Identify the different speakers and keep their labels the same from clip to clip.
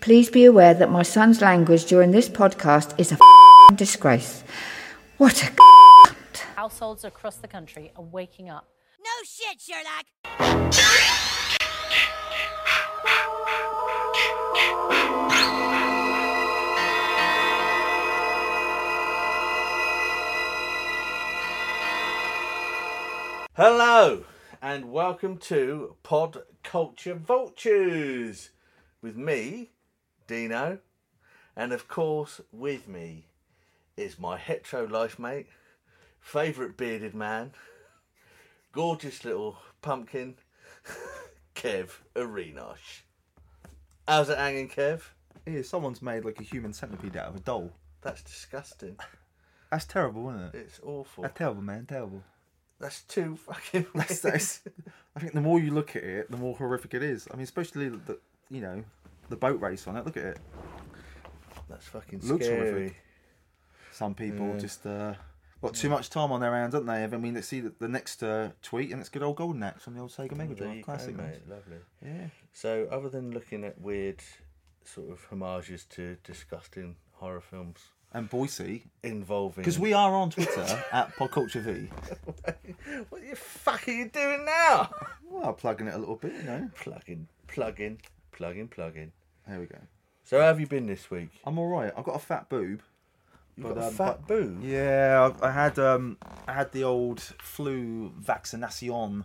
Speaker 1: Please be aware that my son's language during this podcast is a disgrace. What a
Speaker 2: Households across the country are waking up.
Speaker 3: No shit, Sherlock.
Speaker 4: Hello and welcome to Pod Culture Vultures with me, Dino, and of course with me is my hetero life mate, favourite bearded man, gorgeous little pumpkin, Kev Arenosh. How's it hanging, Kev?
Speaker 5: Yeah, someone's made like a human centipede out of a doll.
Speaker 4: That's disgusting.
Speaker 5: That's terrible, isn't it?
Speaker 4: It's awful.
Speaker 5: That's terrible, man. Terrible.
Speaker 4: That's too fucking.
Speaker 5: That's,
Speaker 4: weird.
Speaker 5: that's, I think the more you look at it, the more horrific it is. I mean, especially the you know the boat race on it. Look at it.
Speaker 4: That's fucking
Speaker 5: Looks
Speaker 4: scary.
Speaker 5: horrific. Some people just uh, got too much time on their hands, don't they? I mean, let's see the, the next uh, tweet, and it's good old Golden Axe on the old Sega Mega
Speaker 4: There you
Speaker 5: Drive
Speaker 4: go,
Speaker 5: classic. ones.
Speaker 4: mate. Lovely.
Speaker 5: Yeah.
Speaker 4: So, other than looking at weird sort of homages to disgusting horror films
Speaker 5: And Boise,
Speaker 4: involving.
Speaker 5: because we are on Twitter at PodCultureV.
Speaker 4: What the fuck are you doing now?
Speaker 5: Well, plugging it a little bit, you know.
Speaker 4: plugging, plugging, plugging, plugging.
Speaker 5: There we go.
Speaker 4: So, how have you been this week?
Speaker 5: I'm all right. I've got a fat boob.
Speaker 4: You've
Speaker 5: But,
Speaker 4: got a
Speaker 5: um,
Speaker 4: fat boob.
Speaker 5: Yeah, I I had um, I had the old flu vaccination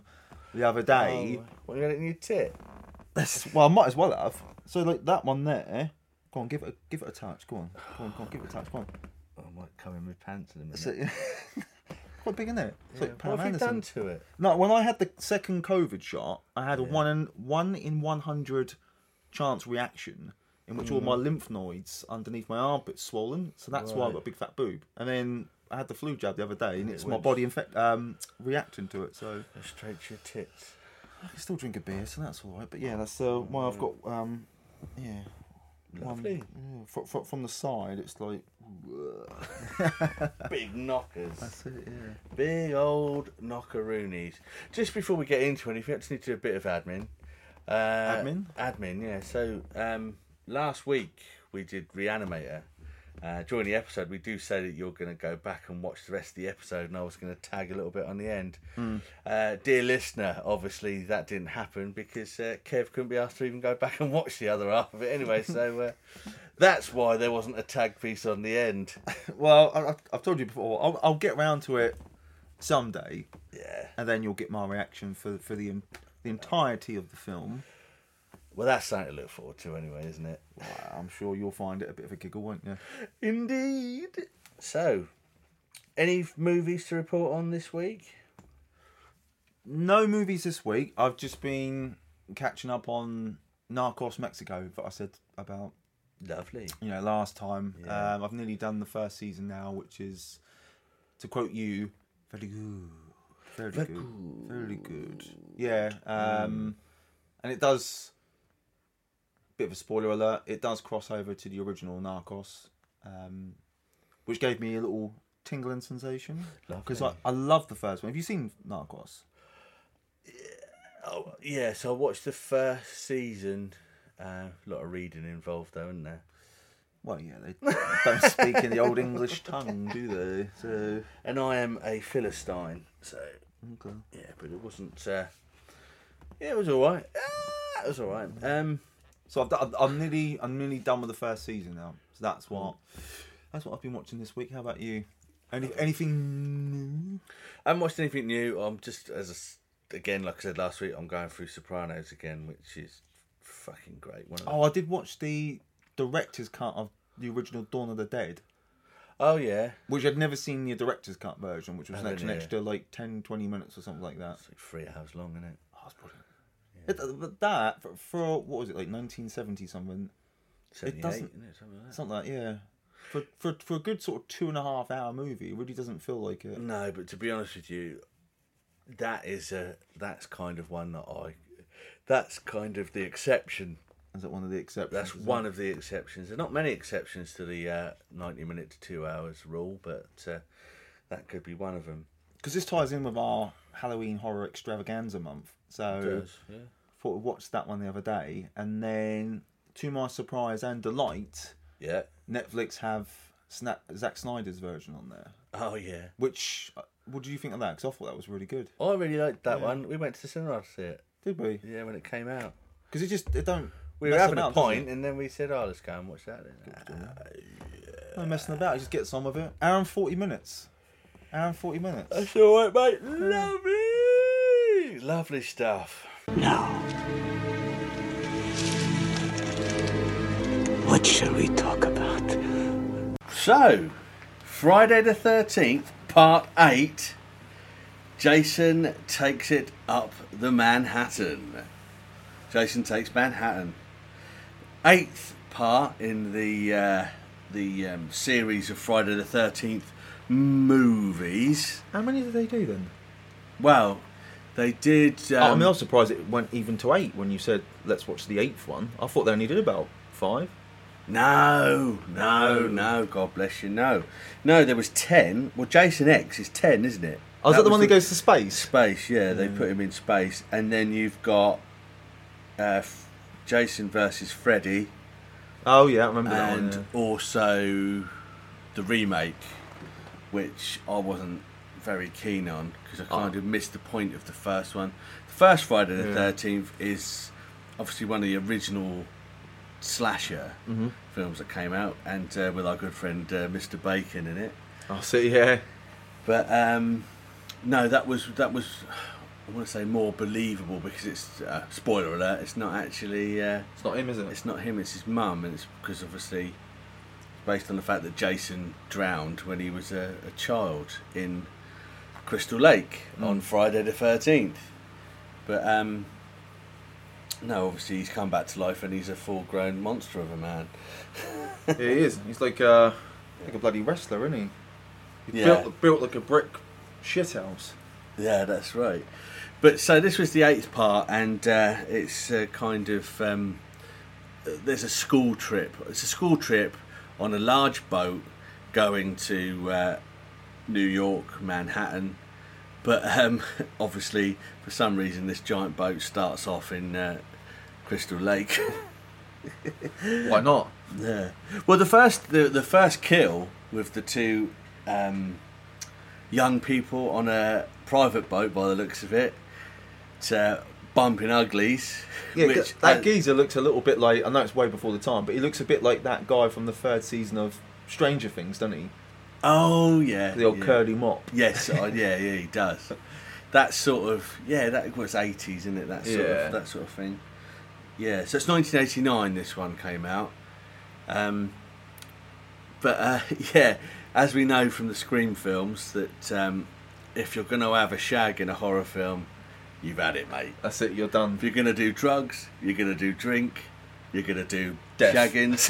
Speaker 5: the other day.
Speaker 4: Oh, what, you had it in your tit?
Speaker 5: That's- well, I might as well have. So like that one there. Go on, give it a, give it a touch. Go on, go on, go on, give it a touch. Go on.
Speaker 4: I might come in with pants in a minute.
Speaker 5: So, quite big, isn't it? It's like Pam
Speaker 4: what have you
Speaker 5: Anderson.
Speaker 4: done to it?
Speaker 5: No, when I had the second COVID shot, I had a one in one in one hundred chance reaction in which all my lymph nodes underneath my armpits swollen. So that's why I got a big fat boob. And then I had the flu jab the other day, and it's my
Speaker 4: went-
Speaker 5: body infect um, reacting to it. So
Speaker 4: Go straight to your tits.
Speaker 5: I can still drink a beer, so that's all right. But yeah, that's uh, why I've got um, yeah. one-
Speaker 4: Lovely.
Speaker 5: yeah, fro- fro- from the side, it's like
Speaker 4: Big knockers.
Speaker 5: that's it. Yeah.
Speaker 4: Big old knockeroonies. Just before we get into anything, I just need to do a bit of admin. Uh,
Speaker 5: Admin?
Speaker 4: Admin, yeah. So um, last week we did Reanimator. Uh, during the episode, we do say that you're going to go back and watch the rest of the episode, and I was going to tag a little bit on the end.
Speaker 5: Hmm.
Speaker 4: Uh, dear listener, obviously that didn't happen because uh, Kev couldn't be asked to even go back and watch the other half of it anyway, so uh, that's why there wasn't a tag piece on the end.
Speaker 5: Well, I, I- I've told you before. I'll, I'll get round to it someday.
Speaker 4: Yeah.
Speaker 5: and then you'll get my reaction for for the the entirety of the film.
Speaker 4: Well, that's something to look forward to anyway, isn't it?
Speaker 5: I'm sure you'll find it a bit of a giggle, won't you?
Speaker 4: Indeed. So, any f- movies to report on this week?
Speaker 5: No movies this week. I've just been catching up on Narcos Mexico that I said about
Speaker 4: Lovely.
Speaker 5: you know last time. Um, I've nearly done the first season now, which is to quote you, very good, very good, very good. Yeah, um, and it does. Bit of a spoiler alert. It does cross over to the original Narcos, um, which gave me a little tingling sensation because I, I love the first one. Have you seen Narcos?
Speaker 4: Oh, yeah, so I watched the first season. Uh, a lot of reading involved, though, isn't there?
Speaker 5: Well, yeah, they don't speak in the old English tongue, do they? So
Speaker 4: And I am a Philistine, so
Speaker 5: okay.
Speaker 4: yeah, but it wasn't. Uh, yeah, it was all right. Ah, it was all right. Um,
Speaker 5: So I've, done- I'm nearly I'm nearly done with the first season now. So that's what that's what I've been watching this week. How about you? Any, anything new?
Speaker 4: I haven't watched anything new. I'm just as a s again, like I said last week, I'm going through Sopranos again, which is fucking great. One of the-
Speaker 5: Oh, I did watch the director's cut of the original Dawn of the Dead,
Speaker 4: oh yeah,
Speaker 5: which I'd never seen the director's cut version, which was an
Speaker 4: Haven't
Speaker 5: extra,
Speaker 4: you?
Speaker 5: extra like 10, 20 minutes or something like that.
Speaker 4: it's like three hours long, isn't it?
Speaker 5: Oh, that's brilliant. It- uh, but that for, for what was it like nineteen seventy something? It
Speaker 4: 78,
Speaker 5: doesn't-
Speaker 4: isn't it? Something like that.
Speaker 5: Something like yeah. For, for for a good sort of two and a half hour movie, it really doesn't feel like it.
Speaker 4: No, but to be honest with you, that is a that's kind of one that I that's kind of the exception.
Speaker 5: Is it one of the exceptions?
Speaker 4: That's
Speaker 5: isn't it?
Speaker 4: one of the exceptions. There are not many exceptions to the uh, ninety minute to two hours rule, but uh, that could be one of them.
Speaker 5: because this ties in with our Halloween horror extravaganza month. So
Speaker 4: yeah.
Speaker 5: thought we watched that one the other day, and then to my surprise and delight,
Speaker 4: Yeah.
Speaker 5: Netflix have Sna- Zack Snyder's version on there.
Speaker 4: Oh yeah.
Speaker 5: Which, uh, what do you think of that? Because I thought that was really good.
Speaker 4: I really liked that one. We went to the cinema to see it.
Speaker 5: Did we?
Speaker 4: Yeah, when it came out.
Speaker 5: Because it just it don't.
Speaker 4: We were
Speaker 5: mess
Speaker 4: having a
Speaker 5: about, does
Speaker 4: pint,
Speaker 5: it?
Speaker 4: and then we said, "Oh, let's go and watch that." Then.
Speaker 5: No messing about. It just gets on with it. Hour and forty minutes. Hour and forty minutes.
Speaker 4: That's all right, mate. Lovely, lovely stuff.
Speaker 6: Now, what shall we talk about?
Speaker 4: So, Friday the thirteenth, part eight. Jason takes it up the Manhattan. Jason takes Manhattan. Eighth part in the uh, the um, series of Friday the Thirteenth movies.
Speaker 5: How many did they do then?
Speaker 4: Well, they did. Um,
Speaker 5: I mean, I was Oh, surprised it went even to eight when you said let's watch the eighth one. I thought they only did about five.
Speaker 4: No, no, no. God bless you. No, no. There was ten. Well, Jason X is ten, isn't it?
Speaker 5: Oh, is that, the
Speaker 4: was
Speaker 5: one that goes Mm. to space?
Speaker 4: space? Yeah, they put him in space, and then you've got uh, F- Jason versus Freddy,
Speaker 5: Oh yeah, I remember that
Speaker 4: and
Speaker 5: one. yeah.
Speaker 4: also the remake, which I wasn't very keen on because I kind
Speaker 5: Oh.
Speaker 4: of missed the point of the first one. The first Friday the
Speaker 5: Yeah.
Speaker 4: Thirteenth is obviously one of the original slasher
Speaker 5: Mm-hmm.
Speaker 4: films that came out, and uh, with our good friend uh, Mr. Bacon in it.
Speaker 5: Oh, see, yeah.
Speaker 4: But um, no, that was that was I want to say more believable because it's uh, spoiler alert. It's not actually. Uh,
Speaker 5: It's not him, is it?
Speaker 4: it's not him, it's his mum, and it's because obviously based on the fact that Jason drowned when he was a, a child in Crystal Lake on Friday the 13th. But um, no, obviously he's come back to life and he's a full grown monster of a man.
Speaker 5: yeah, he is. He's like uh, like a bloody wrestler, isn't he? He
Speaker 4: Yeah.
Speaker 5: built built like a brick shithouse.
Speaker 4: Yeah, that's right. But so this was the eighth part, and uh, it's uh, kind of um, there's a school trip. It's a school trip on a large boat going to uh, New York, Manhattan. But um, obviously, for some reason, this giant boat starts off in uh, Crystal Lake.
Speaker 5: Why not?
Speaker 4: Yeah. Well, the first the, the first kill with the two um, young people on a private boat, by the looks of it, it's uh, bumping uglies.
Speaker 5: Yeah,
Speaker 4: which,
Speaker 5: g- that
Speaker 4: uh,
Speaker 5: geezer looks a little bit like I know it's way before the time, but he looks a bit like that guy from the third season of Stranger Things, doesn't he?
Speaker 4: Oh yeah,
Speaker 5: The old
Speaker 4: yeah.
Speaker 5: curly mop.
Speaker 4: Yes, I, yeah, yeah, he does. That sort of yeah, that was eighties, isn't it? That sort
Speaker 5: Yeah.
Speaker 4: of that sort of thing. Yeah, so it's nineteen eighty nine. This one came out, um, but uh, yeah, as we know from the Scream films, that um, if you're going to have a shag in a horror film, you've had it, mate.
Speaker 5: That's it. You're done.
Speaker 4: If you're going to do drugs, you're going to do drink, you're going to do
Speaker 5: Death.
Speaker 4: shaggins,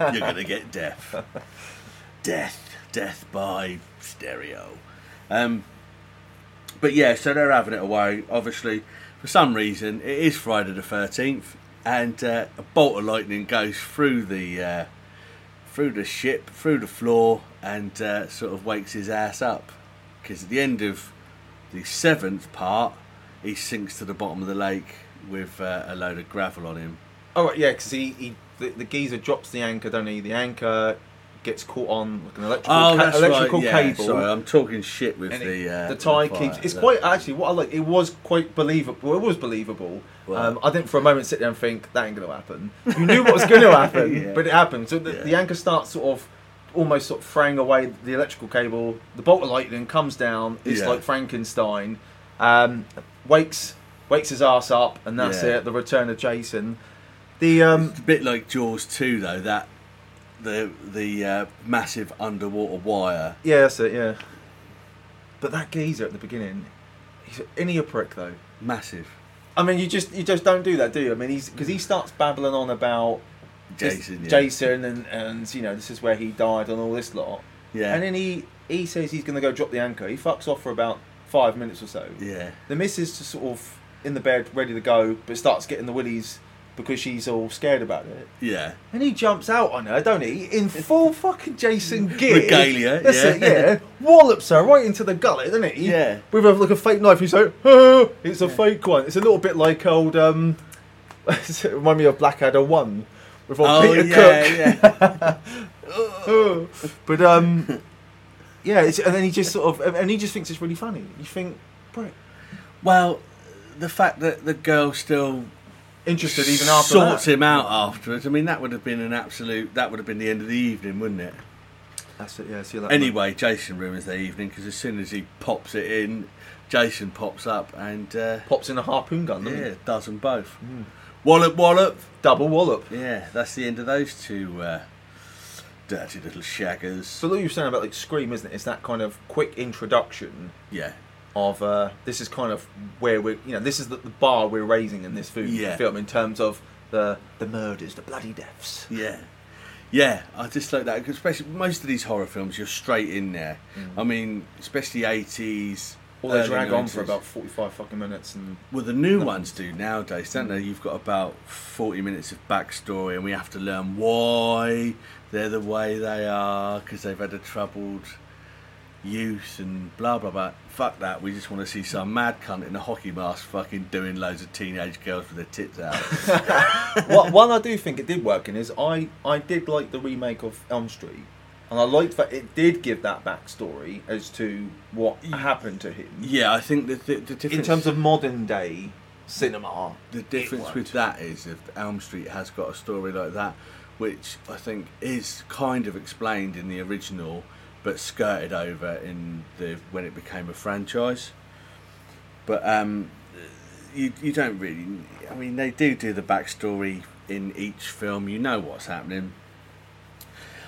Speaker 4: you're going to get death. Death. Death by stereo. Um, but yeah, so they're having it away. Obviously, for some reason, it is Friday the 13th, and uh, a bolt of lightning goes through the. Uh, through the ship, through the floor, and uh, sort of wakes his ass up. Because at the end of the seventh part, he sinks to the bottom of the lake with uh, a load of gravel on him.
Speaker 5: Oh right, yeah, because he, he the, the geezer drops the anchor, don't he? The anchor gets caught on like an electrical,
Speaker 4: Oh,
Speaker 5: ca- electrical cable.
Speaker 4: Sorry, I'm talking shit with
Speaker 5: and
Speaker 4: the
Speaker 5: it-
Speaker 4: uh,
Speaker 5: the tie
Speaker 4: fire.
Speaker 5: keeps. It's
Speaker 4: Look.
Speaker 5: quite actually what I like. It was quite believable. It was believable.
Speaker 4: Well-
Speaker 5: um, I didn't for a moment sit there and think that ain't going to happen. You knew what was going to happen,
Speaker 4: Yeah.
Speaker 5: but it happened. So the, the
Speaker 4: Yeah.
Speaker 5: anchor starts sort of almost sort of fraying away the electrical cable. The bolt of lightning comes down. It's
Speaker 4: Yeah.
Speaker 5: like Frankenstein. Um, wakes wakes his ass up, and that's
Speaker 4: Yeah.
Speaker 5: it. The return of Jason. The um,
Speaker 4: It's a bit like Jaws 2, though. That the the uh, massive underwater wire.
Speaker 5: Yeah, that's it, yeah. But that geezer at the beginning, he's any a prick though.
Speaker 4: Massive.
Speaker 5: I mean, you just you just don't do that, do you? I mean, he's because he starts babbling on about this-
Speaker 4: Jason. Yeah.
Speaker 5: Jason, and and you know this is where he died and all this lot.
Speaker 4: Yeah.
Speaker 5: And then he he says he's going to go drop the anchor. He fucks off for about five minutes or so.
Speaker 4: yeah.
Speaker 5: The missus just sort of in the bed ready to go, but starts getting the willies because she's all scared about it.
Speaker 4: Yeah.
Speaker 5: And he jumps out on her, don't he? In full fucking Jason gear.
Speaker 4: Regalia,
Speaker 5: That's
Speaker 4: yeah.
Speaker 5: it, yeah. Wallops her right into the gullet, doesn't it?
Speaker 4: Yeah.
Speaker 5: With a, like a fake knife. He's like, oh, it's a fake one. It's a little bit like old, um, it remind me of Blackadder 1.
Speaker 7: with old
Speaker 4: Oh,
Speaker 7: Peter Cook.
Speaker 5: yeah. but um, yeah, it's, and then he just sort of, and he just thinks it's really funny. You think, Brit,
Speaker 4: Well, the fact that the girl still
Speaker 5: interested even after
Speaker 4: sorts
Speaker 5: that.
Speaker 4: him out afterwards. I mean, that would have been an absolute. That would have been the end of the evening, wouldn't it?
Speaker 5: That's it. Yeah. See that.
Speaker 4: Anyway, Jason ruins the evening because as soon as he pops it in, Jason pops up and uh,
Speaker 5: pops in a harpoon gun. doesn't he?
Speaker 4: yeah, does them both. Wallop, wallop.
Speaker 5: Double wallop.
Speaker 4: Mm. Yeah, that's the end of those two uh, dirty little shaggers.
Speaker 5: So what you were saying about like Scream, isn't it? It's that kind of quick introduction
Speaker 4: yeah,
Speaker 5: of uh, this is kind of where we're you know this is the, the bar we're raising in this film,
Speaker 4: Yeah.
Speaker 5: film in terms of the the murders, the bloody deaths.
Speaker 4: yeah, yeah. I just like that 'cause especially most of these horror films, you're straight in there. I mean, especially eighties.
Speaker 5: Or they drag on for about forty five fucking minutes and
Speaker 4: Well, the new ones do nowadays, don't they? You've got about 40 minutes of backstory, and we have to learn why they're the way they are because they've had a troubled youth and blah blah blah. Fuck that. We just want to see some mad cunt in a hockey mask fucking doing loads of teenage girls with their tits out.
Speaker 5: what one I do think it did work in is I I did like the remake of Elm Street, and I liked that it did give that backstory as to what happened to him
Speaker 4: yeah, I think the, the, the difference
Speaker 5: in terms of modern day cinema.
Speaker 4: the difference with that is if Elm Street has got a story like that, which I think is kind of explained in the original, but skirted over in the when it became a franchise. But um, you you don't really. I mean, they do do the backstory in each film. You know what's happening.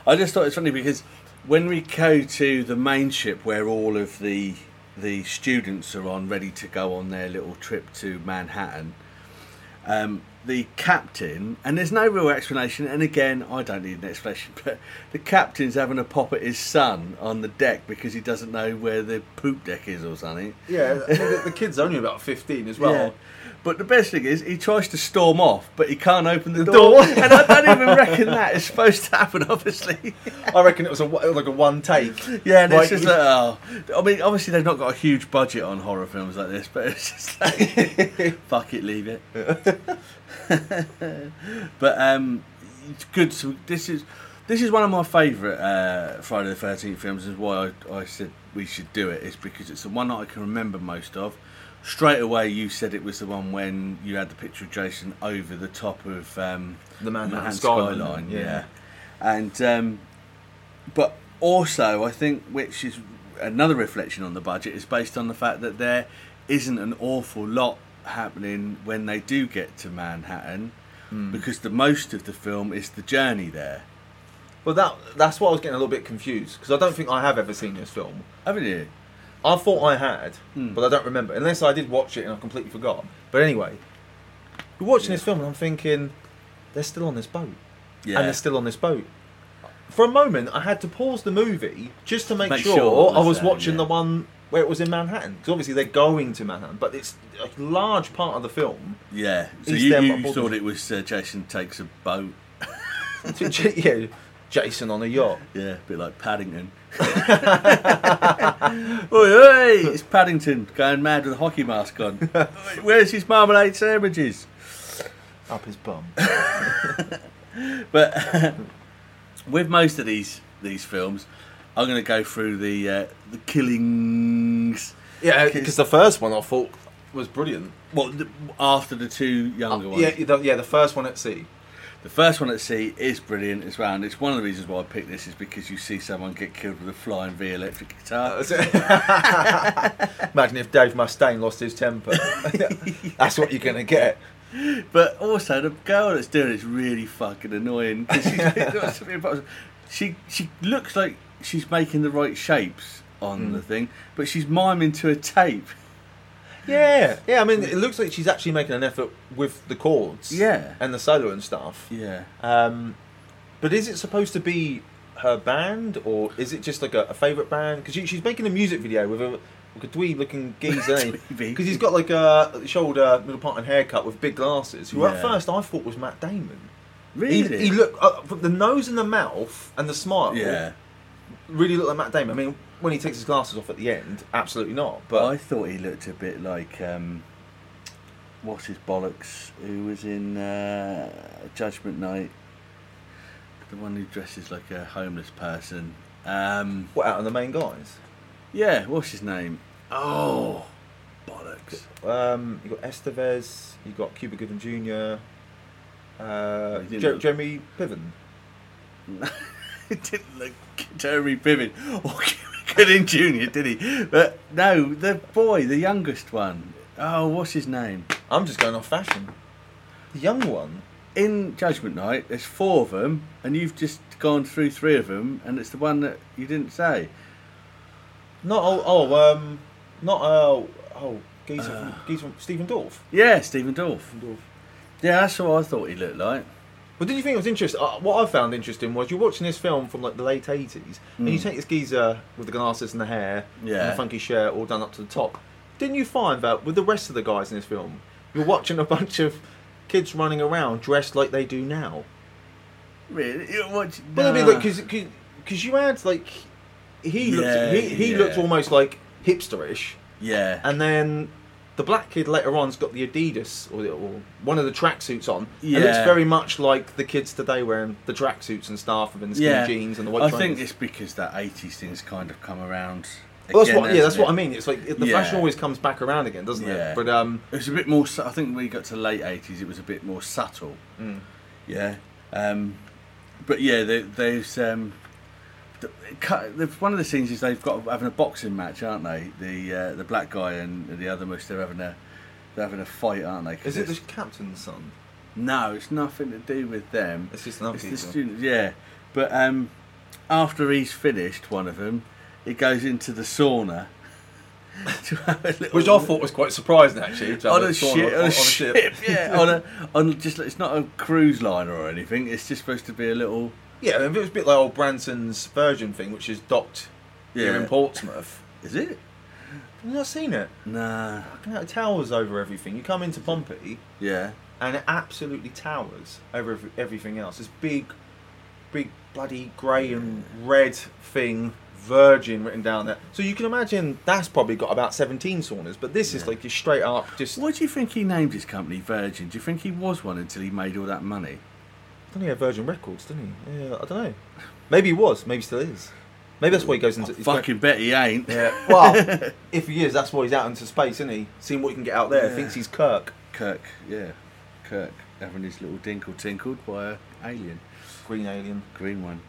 Speaker 4: I just thought it's funny because when we go to the main ship where all of the the students are on ready to go on their little trip to Manhattan, um, the captain and there's no real explanation. And again, I don't need an explanation, but the captain's having a pop at his son on the deck because he doesn't know where the poop deck is or something.
Speaker 5: Yeah, the, the kid's only about fifteen as well.
Speaker 4: Yeah. But the best thing is, he tries to storm off, but he can't open the,
Speaker 5: The
Speaker 4: door.
Speaker 5: door.
Speaker 4: and I don't even reckon that is supposed to happen, obviously.
Speaker 5: I reckon it was a one- like a one take.
Speaker 4: Yeah, and
Speaker 5: Like,
Speaker 4: it's just like, oh. I mean, obviously, they've not got a huge budget on horror films like this, but it's just like, fuck it, leave it. but, um, it's good. So, this is. This is one of my favourite uh, Friday the Thirteenth films. Is why I, I said we should do it. Is because it's the one that I can remember most of. Straight away, you said it was the one when you had the picture of Jason over the top of um,
Speaker 5: The Manhattan
Speaker 4: skyline.
Speaker 5: skyline,
Speaker 4: yeah.
Speaker 5: yeah.
Speaker 4: and um, but also I think which is another reflection on the budget is based on the fact that there isn't an awful lot happening when they do get to Manhattan because the most of the film is the journey there.
Speaker 5: well, that that's what I was getting a little bit confused because I don't think I have ever seen this film.
Speaker 4: Haven't you?
Speaker 5: I thought I had,
Speaker 4: Hmm.
Speaker 5: but I don't remember. Unless I did watch it and I completely forgot. But anyway, we're watching this film and I'm thinking, they're still on this boat.
Speaker 4: Yeah.
Speaker 5: And they're still on this boat. For a moment, I had to pause the movie just to make,
Speaker 4: Make
Speaker 5: sure,
Speaker 4: sure what
Speaker 5: I
Speaker 4: was
Speaker 5: was
Speaker 4: there,
Speaker 5: watching
Speaker 4: yeah.
Speaker 5: the one where it was in Manhattan. Because obviously they're going to Manhattan, but it's a large part of the film.
Speaker 4: Yeah. So
Speaker 5: Is
Speaker 4: you,
Speaker 5: there
Speaker 4: you
Speaker 5: what-
Speaker 4: thought it was uh, Jason takes a boat.
Speaker 5: yeah, Jason on a yacht.
Speaker 4: Yeah, a bit like Paddington. oi, oi! It's Paddington going mad with a hockey mask on. Oi, Where's his marmalade sandwiches?
Speaker 5: Up his bum.
Speaker 4: But with most of these these films, I'm going to go through the uh, the killings.
Speaker 5: yeah, because the first one I thought was brilliant.
Speaker 4: Well, the, after the two younger ones,
Speaker 5: Uh, Yeah, the, yeah, the first one at sea.
Speaker 4: the first one at sea is brilliant as well, and it's one of the reasons why I picked this is because you see someone get killed with a flying V electric guitar.
Speaker 5: Imagine if Dave Mustaine lost his temper. That's what you're gonna get.
Speaker 4: But also, the girl that's doing it's really fucking annoying. 'cause she's- it's got something about- she she looks like she's making the right shapes on
Speaker 5: Hmm.
Speaker 4: the thing, but she's miming to a tape.
Speaker 5: Yeah, yeah. I mean, it looks like she's actually making an effort with the chords.
Speaker 4: Yeah.
Speaker 5: and the solo and stuff.
Speaker 4: Yeah.
Speaker 5: Um, but is it supposed to be her band or is it just like a, a favorite band? Because she, she's making a music video with a. Like a dweeb-looking geezer,
Speaker 4: Dweeby.
Speaker 5: because he's got like a shoulder, middle part, and haircut with big glasses. Who
Speaker 4: Yeah.
Speaker 5: at first I thought was Matt Damon. He-
Speaker 4: Really?
Speaker 5: He, looked uh, from the nose and the mouth and the smile.
Speaker 4: Yeah.
Speaker 5: really look like Matt Damon. I mean, when he takes his glasses off at the end, absolutely not. But
Speaker 4: I thought he looked a bit like um, what's his bollocks who was in uh, Judgment Night. the one who dresses like a homeless person. Um,
Speaker 5: What out on the main guys?
Speaker 4: yeah, what's his name? Oh, bollocks!
Speaker 5: Um, you got Estevez, you got Cuba Gooding Jr., uh,
Speaker 4: He didn't
Speaker 5: Jer-
Speaker 4: look-
Speaker 5: Jeremy Piven.
Speaker 4: it didn't look Jeremy Piven or Gooding Junior, did he? But no, the boy, the youngest one. Oh, what's his name?
Speaker 5: I'm just going off fashion. The young one.
Speaker 4: in Judgment Night, there's four of them, and you've just gone through three of them, and it's the one that you didn't say.
Speaker 5: Not oh, oh um, not uh, oh geezer, from, geezer from Stephen Dorff.
Speaker 4: Yeah, Stephen Dorff.
Speaker 5: Dorff.
Speaker 4: Yeah, that's what I thought he looked like.
Speaker 5: But did you think it was interesting? Uh, what I found interesting was you're watching this film from like the late 80s, and you take this geezer with the glasses and the hair and
Speaker 4: Mm. Yeah.
Speaker 5: the funky shirt all done up to the top. Didn't you find that with the rest of the guys in this film, you're watching a bunch of kids running around dressed like they do now?
Speaker 4: Really? You watch-
Speaker 5: But I mean,
Speaker 4: Nah.
Speaker 5: like, because you had like he
Speaker 4: Yeah,
Speaker 5: looked he, he
Speaker 4: yeah.
Speaker 5: looked almost like hipsterish,
Speaker 4: yeah.
Speaker 5: and then the black kid later on's got the Adidas or, or one of the tracksuits on. Yeah, it looks
Speaker 4: Yeah.
Speaker 5: very much like the kids today wearing the tracksuits and stuff, and the skinny
Speaker 4: yeah.
Speaker 5: jeans and the white.
Speaker 4: I
Speaker 5: trainers.
Speaker 4: think it's because that 80s thing's kind of come around.
Speaker 5: Well, that's
Speaker 4: again,
Speaker 5: what, yeah, that's
Speaker 4: hasn't
Speaker 5: what I
Speaker 4: it?
Speaker 5: mean. It's like it- the
Speaker 4: Yeah.
Speaker 5: fashion always comes back around again, doesn't
Speaker 4: Yeah.
Speaker 5: it? But um,
Speaker 4: It was a bit more. su- I think when we got to late eighties, it was a bit more subtle.
Speaker 5: Mm.
Speaker 4: Yeah. Um, but yeah, there, there's um, the, cut- the- one of the scenes is they've got having a boxing match, aren't they? The uh, the black guy and the other most they're having a they're having a fight, aren't they? 'Cause
Speaker 5: is it the
Speaker 4: it's-
Speaker 5: captain's son?
Speaker 4: no, it's nothing to do with them.
Speaker 5: It's just another
Speaker 4: It's the
Speaker 5: geezer.
Speaker 4: student, yeah. But um, after he's finished, one of them, he goes into the sauna. to have a little-
Speaker 5: Which I thought was quite surprising actually. to have
Speaker 4: on
Speaker 5: it
Speaker 4: a
Speaker 5: drawn
Speaker 4: ship,
Speaker 5: on-
Speaker 4: on
Speaker 5: on
Speaker 4: a ship, yeah, on a on just it's not a cruise liner or anything. It's just supposed to be a little
Speaker 5: Yeah, it was a bit like old Branson's Virgin thing, which is docked here
Speaker 4: Yeah.
Speaker 5: in Portsmouth.
Speaker 4: Is it?
Speaker 5: I've not seen it.
Speaker 4: Nah.
Speaker 5: You know, it towers over everything. You come into Pompey,
Speaker 4: Yeah.
Speaker 5: and it absolutely towers over ev- everything else. This big, big bloody grey and red thing, Virgin written down there. So you can imagine that's probably got about 17 saunas, but this is like just straight up, just.
Speaker 4: Why do you think he named his company Virgin? Do you think he was one until he made all that money?
Speaker 5: I don't he have Virgin Records, didn't he? Yeah, I don't know. Maybe he was, maybe still is. Maybe that's why he goes into. he's going-
Speaker 4: Fucking bet he ain't.
Speaker 5: Yeah. Well, if he is, that's why he's out into space, isn't he? Seeing what he can get out there.
Speaker 4: Yeah.
Speaker 5: Thinks he's Kirk.
Speaker 4: Kirk. Yeah. Kirk having his little dinkle tinkled by a alien.
Speaker 5: Green alien.
Speaker 4: green one.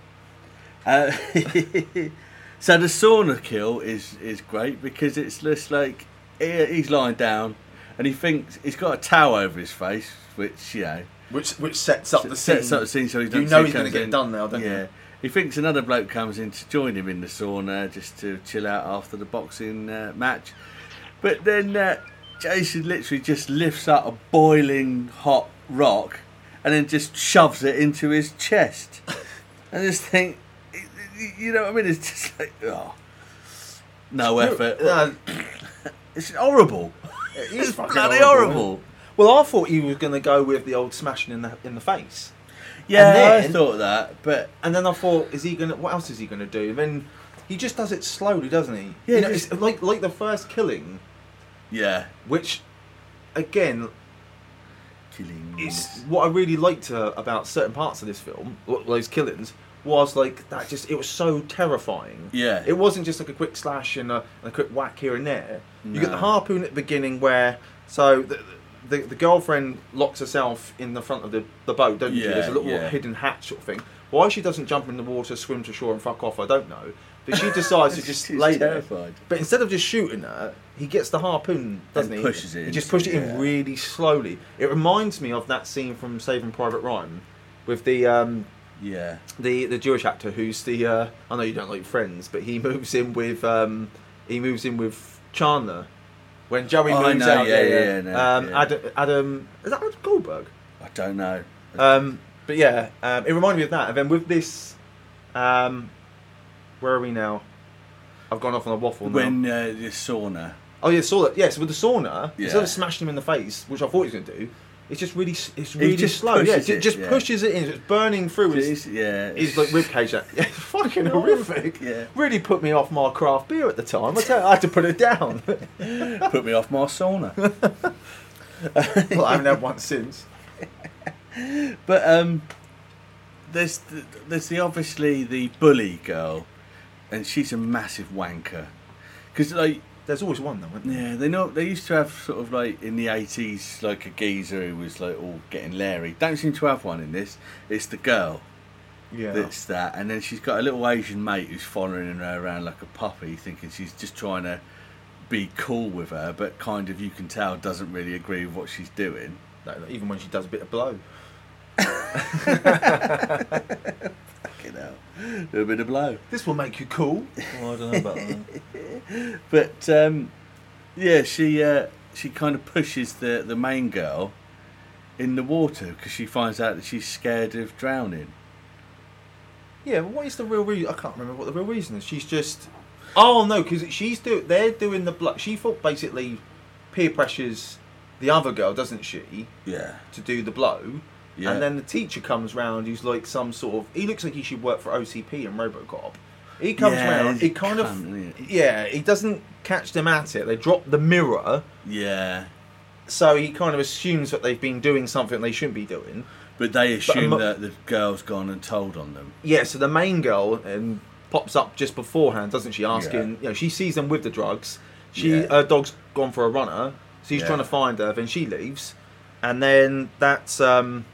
Speaker 4: Uh, so the sauna kill is is great because it's just like he, he's lying down and he thinks he's got a towel over his face, which you know
Speaker 5: Which which sets up the scene.
Speaker 4: sets up the scene so he
Speaker 5: You
Speaker 4: doesn't
Speaker 5: know
Speaker 4: see
Speaker 5: he's gonna
Speaker 4: comes
Speaker 5: get
Speaker 4: in.
Speaker 5: done now, don't you?
Speaker 4: yeah. He thinks another bloke comes in to join him in the sauna just to chill out after the boxing uh, match, but then uh, Jason literally just lifts up a boiling hot rock and then just shoves it into his chest. and just think, you know what I mean? It's just like, oh, no effort.
Speaker 5: Uh,
Speaker 4: It's horrible.
Speaker 5: he's
Speaker 4: It's
Speaker 5: fucking
Speaker 4: bloody
Speaker 5: horrible.
Speaker 4: horrible.
Speaker 5: Well, I thought he was going to go with the old smashing in the in the face,
Speaker 4: Yeah, I
Speaker 5: then-
Speaker 4: thought that, but
Speaker 5: and then I thought, is he going? to What else is he going to do? And then he just does it slowly, doesn't he?
Speaker 4: Yeah,
Speaker 5: You know,
Speaker 4: just-
Speaker 5: it's like like the first killing,
Speaker 4: yeah,
Speaker 5: which, again,
Speaker 4: killing.
Speaker 5: it's what I really liked uh, about certain parts of this film, w- those killings, was like that. Just it was so terrifying.
Speaker 4: Yeah.
Speaker 5: it wasn't just like a quick slash and a, and a quick whack here and there. You get the
Speaker 4: No.
Speaker 5: harpoon at the beginning where so the, the the girlfriend locks herself in the front of the, the boat, don't you?
Speaker 4: Yeah,
Speaker 5: There's a little
Speaker 4: yeah.
Speaker 5: hidden hatch sort of thing. Why she doesn't jump in the water, swim to shore, and fuck off, I don't know. But she decides to just
Speaker 4: She's
Speaker 5: lay there.
Speaker 4: terrified.
Speaker 5: But instead of just shooting her, he gets the harpoon, doesn't
Speaker 4: And
Speaker 5: he?
Speaker 4: pushes it
Speaker 5: He just
Speaker 4: into-
Speaker 5: pushes it in
Speaker 4: yeah.
Speaker 5: really slowly. It reminds me of that scene from Saving Private Ryan with the um,
Speaker 4: Yeah.
Speaker 5: the the Jewish actor who's the uh, I know you don't like Friends, but he moves in with um, he moves in with Chandler when Joey
Speaker 4: Oh, I
Speaker 5: moves
Speaker 4: know,
Speaker 5: out.
Speaker 4: yeah,
Speaker 5: there,
Speaker 4: yeah, yeah,
Speaker 5: um,
Speaker 4: yeah.
Speaker 5: Adam, Adam is that Adam Goldberg?
Speaker 4: I don't know.
Speaker 5: Um, but yeah, um, it reminded me of that. And then with this, um, where are we now? I've gone off on a waffle now.
Speaker 4: when uh, the sauna.
Speaker 5: Oh yeah, saw that. Yes, with the sauna, instead
Speaker 4: Yeah.
Speaker 5: of smashing him in the face, which I thought he was going to do, it's just really, s- it's really
Speaker 4: just
Speaker 5: slow. Yeah,
Speaker 4: pushes
Speaker 5: ju-
Speaker 4: it,
Speaker 5: just
Speaker 4: yeah.
Speaker 5: pushes it in. It's burning through his,
Speaker 4: It's, yeah.
Speaker 5: his like rib cage. Yeah, it's fucking horrific.
Speaker 4: yeah.
Speaker 5: really put me off my craft beer at the time. I, tell you, I had to put it down.
Speaker 4: put me off my sauna.
Speaker 5: well, I haven't had one since.
Speaker 4: but um, there's the, there's the obviously the bully girl, and she's a massive wanker, because like
Speaker 5: There's always one though, isn't there?
Speaker 4: yeah they know they used to have sort of like in the eighties like a geezer who was like all getting leery. Don't seem to have one in this. It's the girl
Speaker 5: Yeah.
Speaker 4: that's that, and then she's got a little Asian mate who's following her around like a puppy, thinking she's just trying to be cool with her, but kind of you can tell doesn't really agree with what she's doing.
Speaker 5: Like, like, even when she does a bit of blow.
Speaker 4: You know, a little bit of blow.
Speaker 5: This will make you cool. Oh, I don't know about that.
Speaker 4: But um, yeah, she uh, she kind of pushes the the main girl in the water because she finds out that she's scared of drowning.
Speaker 5: Yeah, but what is the real reason? I can't remember what the real reason is. She's just. Oh no, because she's do. They're doing the blood. She thought basically, peer pressures the other girl, doesn't she,
Speaker 4: Yeah,
Speaker 5: to do the blow?
Speaker 4: Yeah.
Speaker 5: And then the teacher comes round, who's like some sort of. He looks like he should work for OCP and RoboCop. He comes
Speaker 4: Yeah,
Speaker 5: round. He
Speaker 4: he's
Speaker 5: kind
Speaker 4: a cunt, isn't
Speaker 5: of. Yeah, he doesn't catch them at it. They drop the mirror,
Speaker 4: yeah.
Speaker 5: so he kind of assumes that they've been doing something they shouldn't be doing.
Speaker 4: But they assume
Speaker 5: mo-
Speaker 4: that the girl's gone and told on them.
Speaker 5: Yeah, so the main girl um, pops up just beforehand, doesn't she? Asking,
Speaker 4: Yeah.
Speaker 5: you know, she sees them with the drugs. She,
Speaker 4: Yeah.
Speaker 5: her dog's gone for a runner, so he's
Speaker 4: Yeah.
Speaker 5: trying to find her. Then she leaves, and then that's um,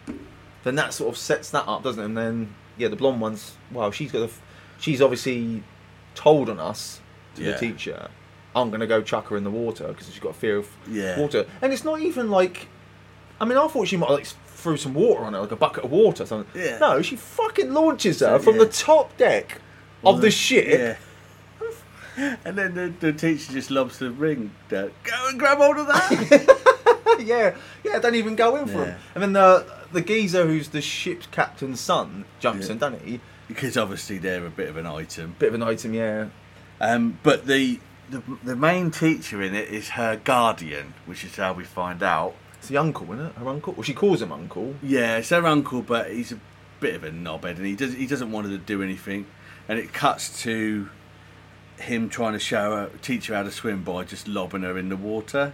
Speaker 5: then that sort of sets that up, doesn't it? And then yeah, the blonde one's well, she's got, a f she's obviously told on us to
Speaker 4: Yeah.
Speaker 5: the teacher. I'm gonna go chuck her in the water because she's got a fear of
Speaker 4: Yeah.
Speaker 5: water, and it's not even like I mean, I thought she might like threw some water on her, like a bucket of water or something.
Speaker 4: Yeah.
Speaker 5: No, she fucking launches her from
Speaker 4: yeah.
Speaker 5: the top deck of the ship.
Speaker 4: Yeah. And then the, the teacher just lobs the ring. down. Go and grab hold of that.
Speaker 5: yeah, yeah, don't even go in for
Speaker 4: Yeah.
Speaker 5: him. And then the the geezer who's the ship's captain's son jumps
Speaker 4: Yeah.
Speaker 5: in, doesn't he?
Speaker 4: because obviously they're a bit of an item.
Speaker 5: Bit of an item, yeah.
Speaker 4: Um, but the, the the main teacher in it is her guardian, which is how we find out.
Speaker 5: It's the uncle, isn't it? Her uncle. Well, she calls him uncle.
Speaker 4: Yeah, it's her uncle, but he's a bit of a knobhead, and he does he doesn't want her to do anything. And it cuts to him trying to show her, teach her how to swim by just lobbing her in the water.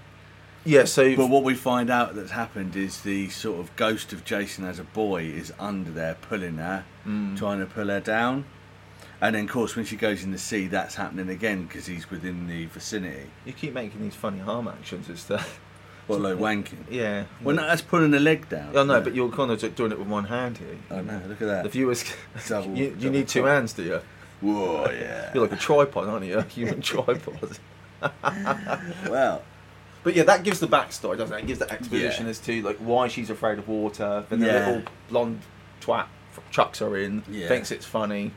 Speaker 5: Yeah, so
Speaker 4: But what we find out that's happened is the sort of ghost of Jason as a boy is under there pulling her,
Speaker 5: Mm.
Speaker 4: trying to pull her down. And then, of course, when she goes in the sea, that's happening again because he's within the vicinity.
Speaker 5: you keep making these funny arm actions and stuff.
Speaker 4: Well, like wanking.
Speaker 5: yeah.
Speaker 4: Well, no, that's pulling a leg down.
Speaker 5: I know, Oh, but you're kind of doing it with one hand here.
Speaker 4: I know, look at that.
Speaker 5: The viewers,
Speaker 4: Uh, Double-
Speaker 5: you, you
Speaker 4: double
Speaker 5: need two
Speaker 4: tap.
Speaker 5: hands, do you?
Speaker 4: Whoa, yeah.
Speaker 5: You're like a tripod, aren't you? A human tripod.
Speaker 4: Well,
Speaker 5: But yeah, that gives the backstory, doesn't it? It gives the exposition
Speaker 4: Yeah.
Speaker 5: as to like why she's afraid of water. Then the
Speaker 4: Yeah.
Speaker 5: little blonde twat f- chucks her in,
Speaker 4: Yeah.
Speaker 5: thinks it's funny.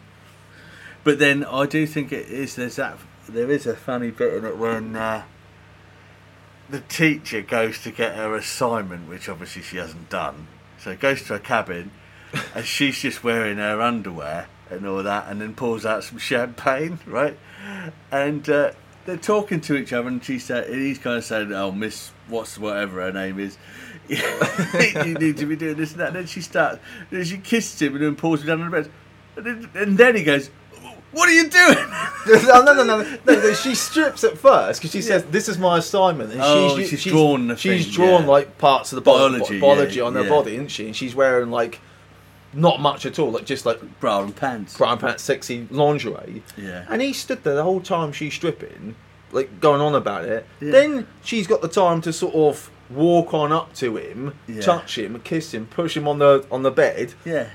Speaker 4: but then I do think it is. There's that. There is a funny bit in it when uh, the teacher goes to get her assignment, which obviously she hasn't done. So goes to her cabin, and she's just wearing her underwear and all that, and then pours out some champagne, right? And uh, they're talking to each other, and she said, and he's kind of saying, "Oh, Miss, what's whatever her name is." you need to be doing this and that. And then she starts, then she kisses him and then pulls him down on the bed. And then, and then he goes, What are you doing?
Speaker 5: no, no, no, no, no, no, She strips at first because she says, "This is my assignment." And
Speaker 4: Oh,
Speaker 5: she's,
Speaker 4: she's drawn the
Speaker 5: she's
Speaker 4: thing,
Speaker 5: drawn
Speaker 4: yeah.
Speaker 5: like parts of the body,
Speaker 4: Biology,
Speaker 5: biology,
Speaker 4: yeah,
Speaker 5: on her
Speaker 4: yeah.
Speaker 5: body, isn't she? And she's wearing like not much at all, like just like
Speaker 4: Bra and pants.
Speaker 5: brown pants, sexy lingerie.
Speaker 4: Yeah.
Speaker 5: And he stood there the whole time she's stripping, like going on about it.
Speaker 4: Yeah.
Speaker 5: Then she's got the time to sort of walk on up to him,
Speaker 4: Yeah.
Speaker 5: touch him, kiss him, push him on the on the bed.
Speaker 4: Yeah.